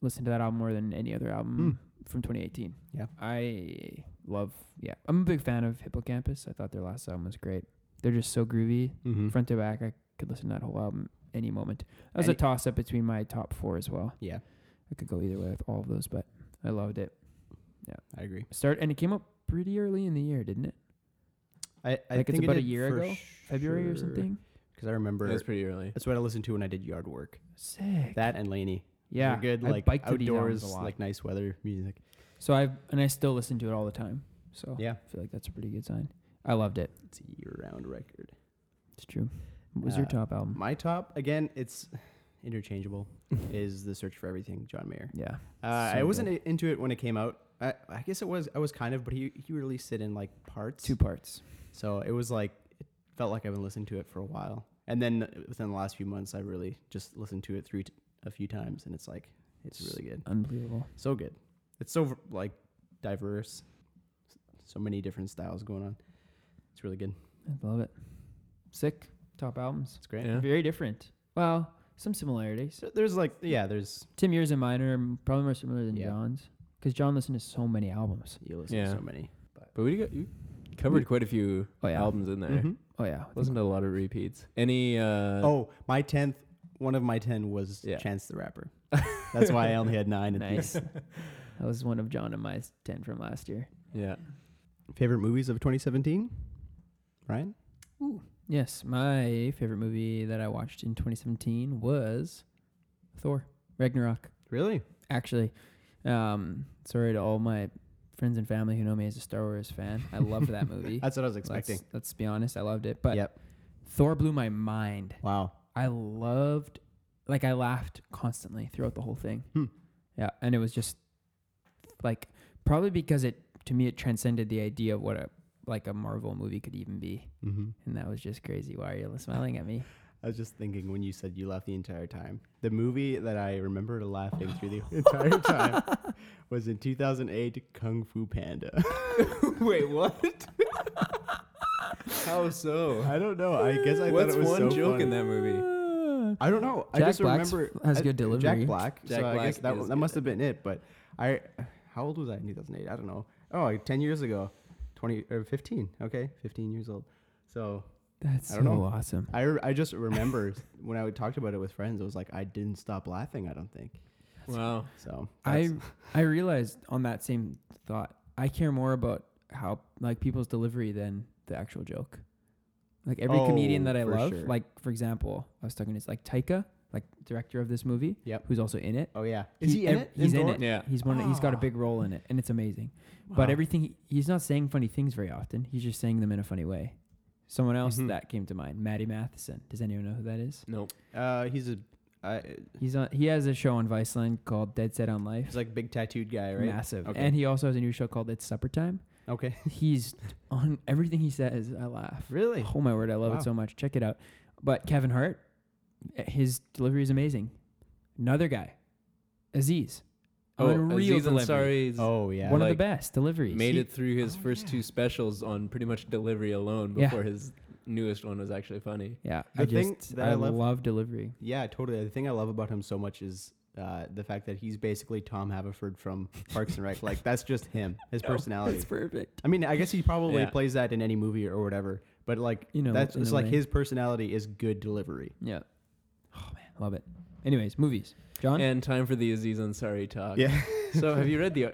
S2: Listen to that album more than any other album from 2018.
S1: Hmm. Yeah.
S2: I love, yeah. I'm a big fan of Hippocampus. I thought their last album was great. They're just so groovy,
S1: Mm-hmm.
S2: front to back. I could listen to that whole album any moment. That was a
S1: Any-
S2: toss up between my top four as well.
S1: Yeah,
S2: I could go either way with all of those, but I loved it.
S1: I agree.
S2: Start and it came up pretty early in the year, didn't it?
S1: I, I
S2: Like, it's
S1: think it
S2: about a
S1: did
S2: year
S1: for
S2: ago? February
S1: sure,
S2: or something.
S1: Because I remember
S3: That's pretty early.
S1: that's what I listened to when I did yard work.
S2: Sick.
S1: That and Laney. They're
S2: yeah,
S1: good
S2: I
S1: like
S2: biked to these
S1: outdoors,
S2: albums a lot.
S1: like nice weather music.
S2: So I've and I still listen to it all the time. So
S1: Yeah,
S2: I feel like that's a pretty good sign. I loved it.
S1: it's a year-round record.
S2: It's true. What was your
S1: Uh,
S2: top album?
S1: My top again, it's interchangeable. is the search for everything, John Mayer.
S2: yeah.
S1: Uh,
S2: So
S1: I wasn't
S2: good.
S1: i- into it when it came out. I, I guess it was. I was kind of, but he he released it in like parts.
S2: Two parts.
S1: So it was like it felt like I've been listening to it for a while, and then within the last few months, I really just listened to it through t- a few times, and it's like it's really good,
S2: Unbelievable.
S1: so good. It's so v- like diverse, S- so many different styles going on. It's really good.
S2: I love it. Sick. Top albums.
S1: It's great.
S3: Yeah.
S2: Very different. Well, some similarities.
S1: So there's like yeah, there's
S2: Tim, yours and mine are m- probably more similar than
S1: Yeah.
S2: John's. Because John listened to so many albums.
S1: you listen
S3: Yeah.
S1: to so many.
S3: But we got you covered quite a few
S2: Oh, yeah.
S3: albums in there.
S1: Mhm.
S2: Oh yeah.
S3: Wasn't a lot of repeats. Any uh
S1: oh, my tenth. One of my ten was
S3: Yeah.
S1: Chance the Rapper. That's why I only had nine. at the
S2: nice. that was one of John and my s- ten from last year.
S3: yeah.
S1: end. Favorite movies of 2017. Ryan.
S2: Yes, my favorite movie that I watched in 2017 was Thor Ragnarok.
S1: Really?
S2: Actually, um, sorry to all my friends and family who know me as a Star Wars fan. I loved that movie.
S1: That's what I was
S2: Let's-
S1: expecting.
S2: Let's, be honest, I loved it. But
S1: Yep.
S2: Thor blew my mind.
S1: Wow.
S2: I loved, like, I laughed constantly throughout the whole thing.
S1: Hmm.
S2: Yeah, and it was just like probably because it to me it transcended the idea of what a like a Marvel movie could even be,
S1: Mm-hmm.
S2: and that was just crazy. Why are you smiling at me?
S1: I was just thinking when you said you laughed the entire time. The movie that I remember laughing through the entire time was in 2008 Kung Fu Panda.
S3: Wait, what? How so?
S1: I don't know. I guess I
S3: Oh. What's
S1: thought it was
S3: one
S1: so
S3: joke
S1: funny.
S3: in that movie?
S1: I don't know. I
S2: Jack
S1: just
S2: Black's
S1: remember
S2: f- has
S1: I- Jack
S2: good delivery.
S1: Black.
S3: Jack
S1: so I guess
S3: Black
S1: that,
S3: is
S1: that
S3: good.
S1: must have been it. But I, how old was I in 2008? I don't know. Oh, like 10 years ago, 20 or 15. Okay, 15 years old. So
S2: That's
S1: I
S2: so
S1: don't know.
S2: awesome.
S1: I, re- I just remember when I talked about it with friends, it was like I didn't stop laughing. I don't think
S3: Wow.
S1: so.
S2: I
S1: that's-
S2: I realized on that same thought, I care more about how like people's delivery than the actual joke. Like every comedian
S1: Oh,
S2: that I
S1: for
S2: love,
S1: sure.
S2: like for example, I was talking to like Taika, like director of this movie,
S1: Yep.
S2: who's also in it.
S1: oh yeah, is he, in
S2: ev-
S1: it?
S2: He's in
S1: Thor?
S2: it.
S3: Yeah.
S2: He's one. He's got a
S1: Ah.
S2: big role in it, and it's amazing. But
S1: Wow.
S2: everything he, he's not saying funny things very often. He's just saying them in a funny way. Someone else
S1: Mm-hmm.
S3: Mhm.
S2: that came to mind, Maddie Matheson. Does anyone know who that is?
S3: Nope.
S1: Uh, he's a uh,
S2: He's on. He has a show on Viceland called Dead Set on Life.
S1: he's like big tattooed guy, right?
S2: Massive.
S1: Okay.
S2: And he also has a new show called It's Supper Time.
S1: Okay,
S2: He's on everything he says, I laugh.
S1: really?
S2: Oh my word, I love
S1: Wow.
S2: it so much. Check it out. But Kevin Hart, eh, his delivery is amazing. Another guy, Aziz. Unreal
S3: Oh, Aziz
S2: delivery.
S3: Ansari's
S1: Oh yeah,
S2: One of
S3: like,
S2: the best deliveries.
S3: made
S2: He-
S3: it through his
S1: Oh,
S3: first
S1: yeah.
S3: two specials on pretty much delivery alone
S2: Yeah.
S3: before his newest one was actually funny.
S2: Yeah.
S1: The
S2: I
S1: thing
S2: just
S1: that
S2: I,
S1: I love-
S2: delivery.
S1: yeah, totally. The thing I love about him so much is uh, the fact that he's basically Tom Haverford from Parks and Rec. like that's just him, his personality.
S2: It's perfect.
S1: I mean, I guess he probably
S3: Yeah.
S1: plays that in any movie or whatever. But like,
S2: You know,
S1: that's
S2: in
S1: it's
S2: a
S1: like
S2: way.
S1: his personality is good delivery.
S2: Yeah. Oh man, love it. Anyways, movies. John?
S3: And time for the Aziz Ansari talk.
S1: Yeah.
S3: so have you read the?
S2: Oof,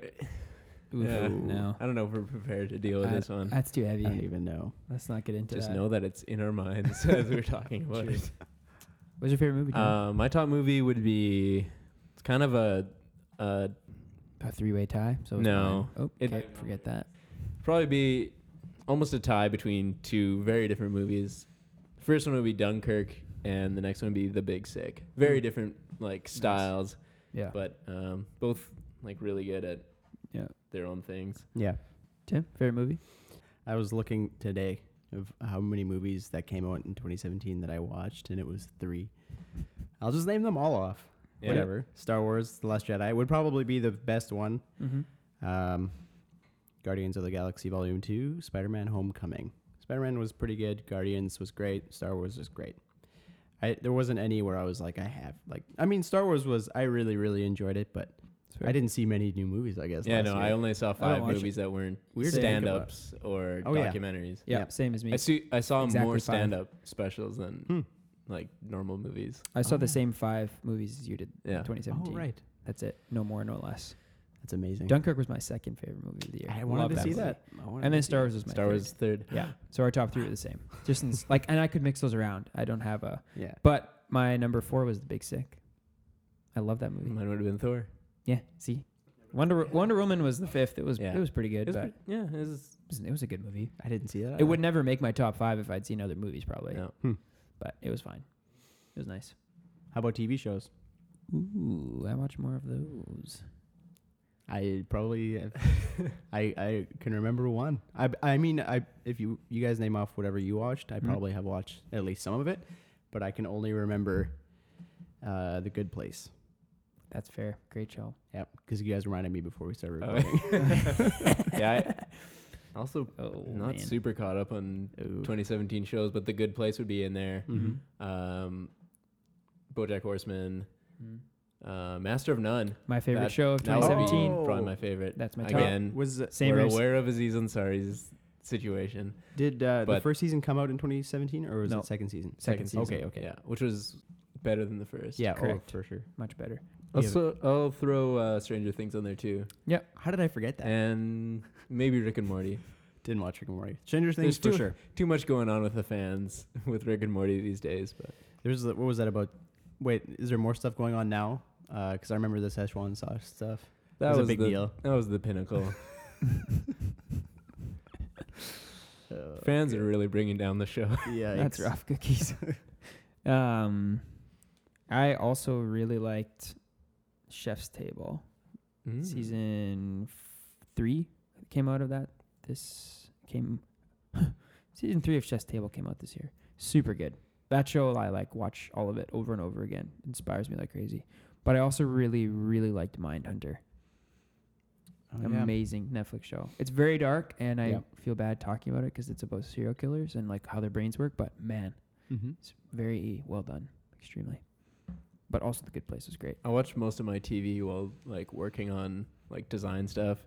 S3: Yeah.
S2: No.
S3: I don't know if we're prepared to deal with
S2: I-
S3: this one.
S2: That's too
S1: I
S2: heavy.
S1: don't even know.
S2: Let's not get into
S3: Just
S2: that.
S3: know that it's in our minds as we're talking about
S2: True.
S3: it.
S2: What's your favorite movie? John?
S3: Uh, my top movie would be it's kind of a uh,
S2: A three-way tie. So it's
S3: No.
S2: mine. Oh,
S3: It-
S2: okay, forget that.
S3: probably be almost a tie between two very different movies. First one would be Dunkirk, and the next one would be The Big Sick. Very
S1: Hmm.
S2: Mm.
S3: different like styles,
S2: Yeah.
S3: but um, both like really good at
S2: Yeah.
S3: their own things.
S1: Yeah,
S2: Tim, favorite movie?
S1: I was looking today of how many movies that came out in 2017 that I watched, and it was three. I'll just name them all off.
S3: Yeah.
S1: Whatever. Star Wars: The Last Jedi would probably be the best one.
S2: Mm-hmm.
S1: Um, Guardians of the Galaxy Volume Two, Spider-Man: Homecoming. Spider-Man was pretty good. Guardians was great. Star Wars was great. I, there wasn't any where I was like, I have like. I mean, Star Wars was I really really enjoyed it, but I didn't see many new movies. I guess.
S3: Yeah,
S1: last
S3: no, I
S1: year.
S3: only saw
S2: don't
S3: five
S2: watch it.
S3: movies that weren't
S1: Weird to think about.
S3: stand-ups or
S1: Oh, yeah.
S3: documentaries.
S2: Yeah,
S1: Yep.
S2: same as me.
S3: I see. I saw
S2: Exactly
S3: more
S2: five.
S3: stand-up specials than
S1: Hmm.
S3: like normal movies.
S2: I saw
S1: Oh.
S2: the same five movies as you did
S3: Yeah.
S2: in 2017.
S1: Oh right,
S2: That's it. No more, no less.
S1: that's amazing.
S2: Dunkirk was my second favorite movie of the year.
S1: I wanted
S2: Love
S1: to see
S2: movie.
S1: that. I wanted
S2: And
S1: to
S2: then
S1: see
S2: Star
S1: that.
S2: Wars was my
S3: Star
S2: third.
S3: Wars third.
S2: Yeah. So our top three were the same. Just in, like, and I could mix those around. I don't have a.
S1: Yeah.
S2: But my number four was The Big Sick. I love that
S1: Mm.
S2: movie.
S3: Mine would have been Thor.
S2: Yeah. See, Wonder Wonder Woman was the fifth. It was
S3: Yeah.
S2: it was pretty good,
S3: It was
S2: but
S3: pre- yeah, it was
S2: it was- it was a good movie.
S1: I didn't see that.
S2: It would never make my top five if I'd seen other movies, probably.
S3: No.
S1: Uh, Hmm.
S2: But it was fine. It was nice.
S1: How about TV shows?
S2: Ooh, I watch more of those.
S1: I probably, I I can remember one. I I mean I if you you guys name off whatever you watched, I
S2: Mhm.
S1: probably have watched at least some of it, but I can only remember, uh, The Good Place.
S2: That's fair. Great show.
S1: Yep, because you guys reminded me before we started
S3: Oh.
S1: recording.
S3: yeah. I also
S2: Oh,
S3: not
S2: man.
S3: super caught up on
S1: Ooh.
S3: 2017 shows, but The Good Place would be in there.
S2: Mm-hmm.
S1: Mhm.
S3: Um, BoJack Horseman,
S2: Mm.
S3: uh, Master of None.
S2: My favorite
S3: That-
S2: show of
S3: That would be
S2: 2017.
S1: Oh.
S3: probably my favorite.
S2: That's my top.
S3: again.
S1: was
S2: Same
S3: we're
S2: as-
S3: aware of Aziz Ansari's situation.
S1: did uh, the
S3: But-
S1: first season come out in 2017 or was
S2: No.
S1: it second season?
S2: Second season.
S1: Okay, okay,
S3: Yeah, which was better than the first.
S1: yeah, oh,
S2: Correct.
S1: for sure.
S2: Much better.
S1: Yeah.
S3: Also, I'll throw uh, Stranger Things on there too,
S1: How did I forget that?
S3: and maybe Rick and Morty.
S1: Didn't watch Rick and Morty. Stranger
S3: There's
S1: Things for
S3: two-
S1: sure.
S3: Too much going on with the fans with Rick and Morty these days, but
S1: There's the- what was that about? Wait, is there more stuff going Uh, on now? Because I remember the Szechuan sauce stuff.
S3: that
S1: was,
S3: was,
S1: a big
S3: the,
S1: deal.
S3: That was the pinnacle.
S1: Oh,
S3: Fans
S1: okay.
S3: are really bringing down the show.
S1: Yikes.
S2: That's rough cookies. um, I also really liked Chef's Table
S3: Hmm. Mm.
S2: season f- three came out of that. This came season three of Chef's Table came out this year. Super good. That show I like watch all of it over and over again. Inspires me like crazy. But I also really really liked Mindhunter.
S1: Oh, yeah.
S2: Amazing Netflix show. It's very dark, and I
S1: Yeah.
S2: feel bad talking about it because it's about serial killers and like how their brains work. But man,
S1: Mhm.
S2: it's very well done, extremely. But also, The Good Place was great.
S3: I watch most of my TV while like working on like design stuff.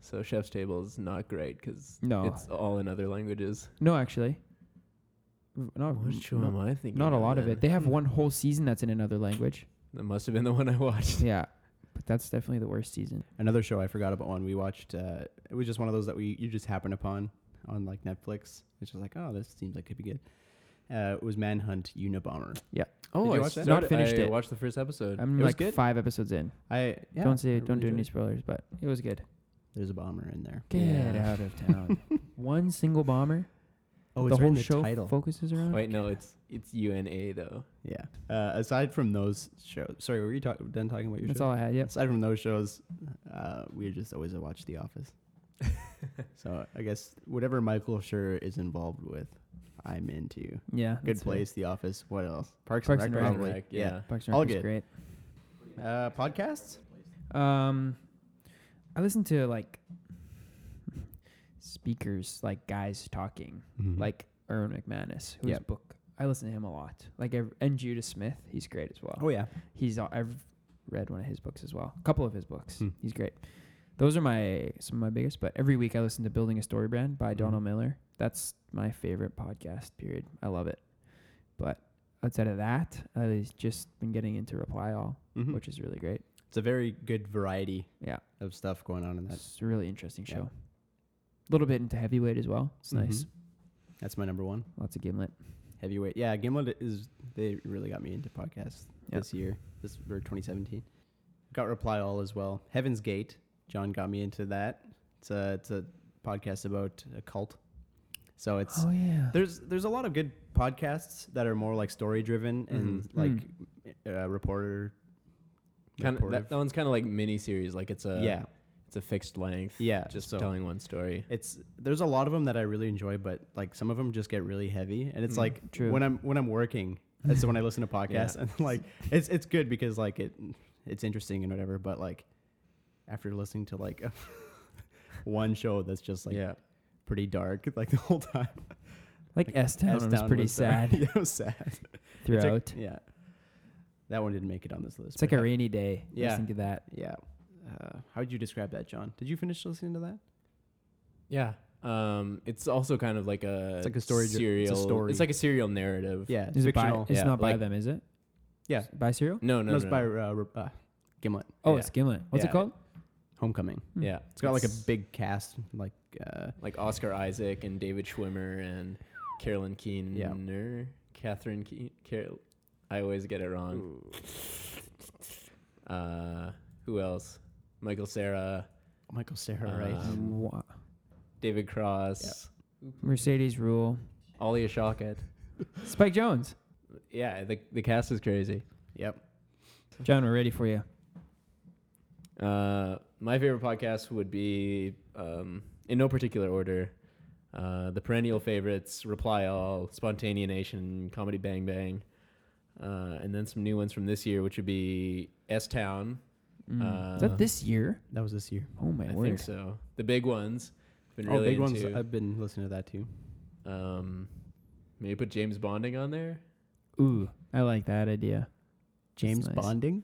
S3: So Chef's Table is not great because
S2: No.
S3: it's all in other languages.
S2: No, actually, R- not
S3: What show
S2: Oh, no-
S3: am I thinking?
S2: Not a
S3: of
S2: lot of
S3: then?
S2: it. They
S1: Hmm.
S2: have one whole season that's in another language.
S3: That must have been the one I watched.
S2: Yeah. But that's definitely the worst season.
S1: Another show I forgot about one we watched. Uh, it was just one of those that we you just happen upon on like Netflix. It's just like, oh, this seems like could be good. Uh, it was Manhunt Unabomber.
S3: Oh,
S1: Did you
S3: I
S1: watch that?
S2: Not
S3: started-
S2: finished
S3: I
S2: it.
S3: watched the first episode.
S2: I'm
S1: It was
S2: like
S1: good.
S2: five episodes in.
S1: I yeah,
S2: don't say
S1: I
S2: don't do
S1: really
S2: any
S1: enjoyed it.
S2: spoilers, but it was good.
S1: There's a bomber in there.
S2: Get
S3: Yeah.
S2: out of town. one single bomber.
S1: Oh,
S2: the
S1: it's
S2: whole
S1: right in
S2: show
S1: the title.
S2: focuses around.
S3: Wait, no, it's it's UNA though.
S1: yeah. Uh, aside from those shows, sorry, were you talk- done talking about your
S2: That's
S1: show?
S2: all I had. Yep.
S1: Aside from those shows, uh, we just always watch The Office. so I guess whatever Michael Schur is involved with, I'm into.
S2: Yeah.
S1: Good
S2: that's it.
S1: Place, The Office. What else? Parks,
S2: Parks
S1: and
S2: and
S1: Rec,
S2: Rec.
S1: probably.
S3: Rec,
S1: yeah.
S2: Parks and
S1: All
S2: Rec is
S1: good.
S2: great.
S1: Uh, podcasts.
S2: Um, I listen to like speakers, like guys talking, like Erwin McManus, whose
S1: Mm-hmm. Yep.
S2: book I listen to him a lot. Like ev- and Judas Smith, he's great as well.
S1: Oh yeah.
S2: He's uh, I've read one of his books as well, a couple of his books.
S1: Hmm.
S2: He's great. Those are my some of my biggest. But every week I listen to Building a Story Brand by
S1: Mhm.
S2: Donald Miller. That's my favorite podcast. Period. I love it. But outside of that, I've just been getting into Reply All,
S1: Mhm.
S2: which is really great.
S1: It's a very good variety.
S2: Yeah.
S1: Of stuff going on in that.
S2: It's a really interesting
S1: Yeah.
S2: show. A little bit into heavyweight as well. It's nice.
S1: Mhm. That's my number one.
S2: Lots of gimlet.
S1: Heavyweight. Yeah, Gimlet is they really got me into podcasts
S2: Yeah.
S1: this year. This or 2017. Got Reply All as well. Heaven's Gate. John got me into that. It's a it's a podcast about a cult. So it's
S3: Oh,
S2: yeah.
S1: there's there's a lot of good podcasts that are more like story driven
S3: Mm-hmm.
S1: and
S2: Mhm.
S1: like
S2: Mm.
S1: uh, reporter.
S3: Kind of
S1: reportive.
S3: Hmm. that, that one's kind of like mini series. Like it's a
S1: yeah,
S3: it's a fixed length.
S1: yeah.
S3: just
S1: so
S3: telling one story.
S1: it's there's a lot of them that I really enjoy, but like some of them just get really heavy, and it's
S3: Mm.
S1: like
S2: Mm-hmm. True.
S1: when I'm when I'm working, that's when I listen to podcasts,
S3: Yeah.
S1: and like it's it's good because like it it's interesting and whatever, but like after listening to like one show that's just like
S3: yeah,
S1: pretty dark like the whole time,
S2: Like,
S1: like,
S2: S Town was
S1: S-Town
S2: pretty
S1: the-
S2: sad
S1: yeah, it was sad It took-
S2: throughout. It's,
S1: yeah, that one didn't make it on this list.
S2: like
S1: but
S2: a rainy day.
S1: Yeah.
S2: Listening to that.
S1: that- yeah. Uh, how would you describe that, John? Did you finish listening to that?
S3: yeah. Um, it's also kind of like a
S1: It's like a story dri-
S3: serial.
S1: it's a story.
S3: like a serial narrative.
S1: Yeah,
S2: Is it by,
S1: fictional.
S2: It's
S3: yeah,
S2: not by
S3: like-
S2: them, is it?
S1: Yeah.
S2: S- By cereal?
S3: No,
S1: No,
S3: no, no.
S1: it's by
S3: no.
S1: uh, Re- uh, Gimlet.
S2: Oh,
S3: Yeah.
S2: it's Gimlet. What's
S3: Yeah.
S2: it called?
S1: Homecoming.
S3: yeah.
S1: hmm. It's got like a big cast, like uh,
S3: like Oscar Isaac and David Schwimmer and Carolyn Keener, Catherine Keen. Carol, I always get it wrong. Uh, who else? Michael Sarah,
S1: Michael
S2: Uh,
S1: Sarah, right?
S3: Um,
S2: Wa-
S3: David Cross,
S2: Mercedes Rule.
S3: Ollie Ashokat.
S2: Spike Jones.
S3: Yeah, the the cast is crazy.
S1: Yep.
S2: John, we're ready for you.
S3: Uh, my favorite podcast would be, um, in no particular order, uh, the perennial favorites: Reply All, Spontanea Nation, Comedy Bang Bang, uh, and then some new ones from this year, which would be S Town.
S2: Mm. is
S3: Uh,
S2: that this year?
S1: That was this year.
S2: Oh my
S3: I
S2: word.
S3: think so. The big ones. Been
S1: oh,
S3: really
S1: big ones.
S3: into.
S1: I've been listening to that too.
S3: Um, maybe put James Bonding on there.
S2: Ooh, I like that idea.
S1: James
S2: nice.
S1: Bonding.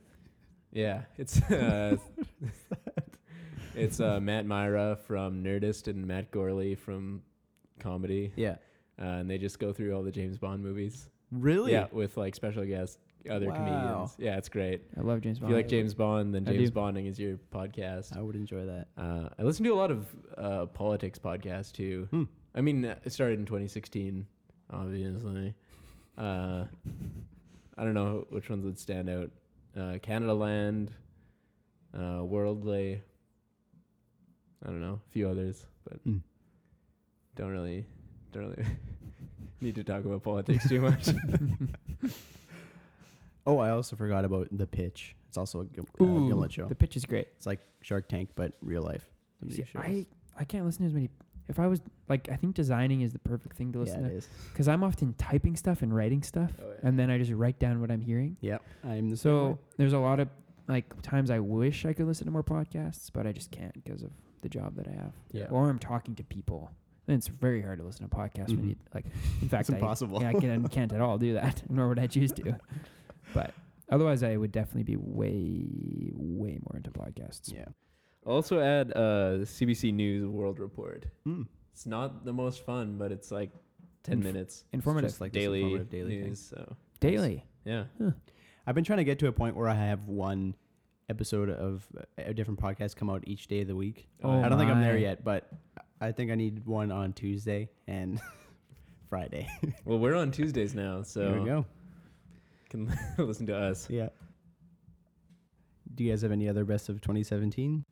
S3: Yeah, it's uh, it's uh, Matt Myra from Nerdist and Matt Gorley from comedy,
S1: Yeah.
S3: uh, and they just go through all the James Bond movies.
S1: Really?
S3: Yeah, with like special guests, other
S1: Wow.
S3: comedians. Yeah, it's great.
S2: I love James
S3: If
S2: Bond.
S3: you like James Bond, then
S2: I
S3: James
S2: do.
S3: Bonding is your podcast.
S1: I would enjoy that.
S3: Uh, I listen to a lot of uh, politics podcasts too.
S1: Hmm.
S3: I mean, uh, it started in 2016, obviously. Uh, I don't know which ones would stand out. Uh, Canada Land, uh, Worldly, I don't know, a few others, but
S1: Mm.
S3: don't really, don't really need to talk about politics too much.
S1: Oh, I also forgot about the pitch. It's also a good, uh,
S2: Ooh,
S1: Gimlet show.
S2: the pitch is great.
S1: It's like Shark Tank, but real life. Some of
S2: See,
S1: these shows.
S2: I I can't listen to as many. If I was like, I think designing is the perfect thing to listen
S1: yeah,
S2: to
S1: it is.
S2: because I'm often typing stuff and writing stuff,
S3: Oh, yeah.
S2: and then I just write down what I'm hearing.
S1: Yeah, I'm the same way.
S2: So there's a lot of like times I wish I could listen to more podcasts, but I just can't because of the job that I have.
S1: Yeah.
S2: Or I'm talking to people. And it's very hard to listen to podcasts
S1: Mhm.
S2: when you like. In fact, I-
S1: impossible.
S2: yeah, I can, can't at all do that, nor would I choose to. But otherwise, I would definitely be way, way more into podcasts.
S1: Yeah.
S3: also add uh, the CBC News World Report.
S1: Mm.
S3: It's not the most fun, but it's like ten
S2: Inf-
S3: minutes
S2: Informative,
S1: just like this
S3: daily,
S1: informative daily thing.
S3: news. So
S2: daily.
S3: yeah,
S1: I've been trying to get to a point where I have one episode of a different podcast come out each day of the week.
S2: Oh
S1: I don't think I'm there
S2: my.
S1: yet, but I think I need one on Tuesday and Friday.
S3: Well, we're on Tuesdays now,
S1: there we
S3: so
S1: go.
S3: can listen to us.
S1: Yeah. Do you guys have any other best of 2017?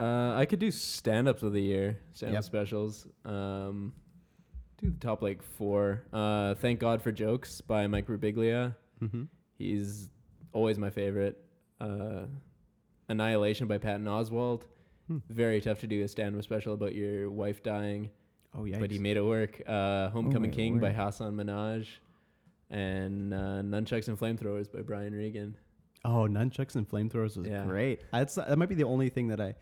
S3: Uh, I could do stand ups of the year, stand up
S1: Yep.
S3: specials. Um, do the top like four. Uh, Thank God for Jokes by Mike Rubiglia.
S1: Mm-hmm.
S3: He's always my favorite. Uh, Annihilation by Patton Oswald.
S1: Hmm.
S3: Very tough to do a stand up special about your wife dying,
S1: Oh yeah.
S3: but he made it work. Uh, Homecoming
S2: my
S3: King by
S2: word.
S3: Hassan Minaj. And uh, Nunchucks and Flamethrowers by Brian Regan.
S1: Oh, nunchucks and flamethrowers was
S3: Yeah.
S1: great. That's that might be the only thing that I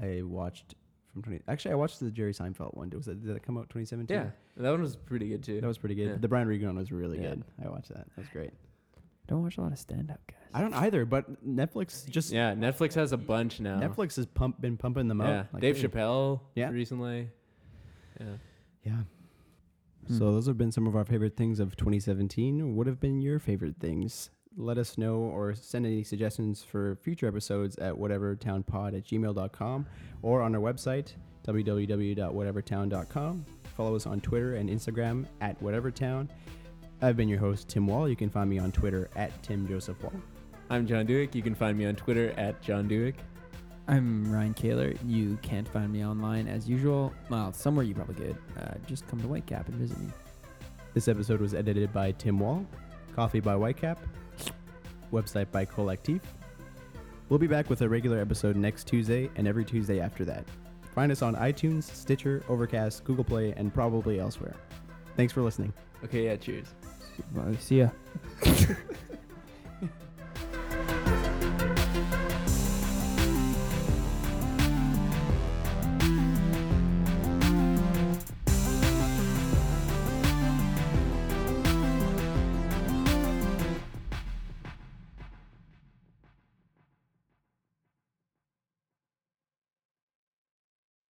S1: I watched from 20. Actually, I watched the Jerry Seinfeld one. Was that did that come out 2017?
S3: Yeah, that one was pretty good too.
S1: That was pretty good.
S3: Yeah.
S1: The Brian Regan one was really
S3: Yeah.
S1: good. I watched that. That was great.
S2: Don't watch a lot of stand up, guys.
S1: I don't either, but Netflix just
S3: yeah, Netflix has a bunch now.
S1: Netflix has pump, been pumping them
S3: yeah,
S1: out. like
S3: Dave
S1: crazy.
S3: Chappelle.
S1: Yeah.
S3: recently. Yeah,
S1: Yeah.
S2: Hmm.
S1: So those have been some of our favorite things of 2017. What have been your favorite things? Let us know or send any suggestions for future episodes at whatevertownpod at gmail.com or on our website, www.whatevertown.com. Follow us on Twitter and Instagram at whatevertown. I've been your host, Tim Wall. You can find me on Twitter at Tim Joseph Wall.
S3: I'm John Dewick. You can find me on Twitter at John Dewick.
S2: I'm Ryan Kaler. You can't find me online as usual. Well, somewhere you probably could. Uh, just come to Whitecap and visit me.
S1: This episode was edited by Tim Wall, Coffee by Whitecap, website by Collectif. We'll be back with a regular episode next Tuesday and every Tuesday after that. Find us on iTunes, Stitcher, Overcast, Google Play, and probably elsewhere. Thanks for listening.
S3: Okay, yeah, cheers.
S2: Well, see ya.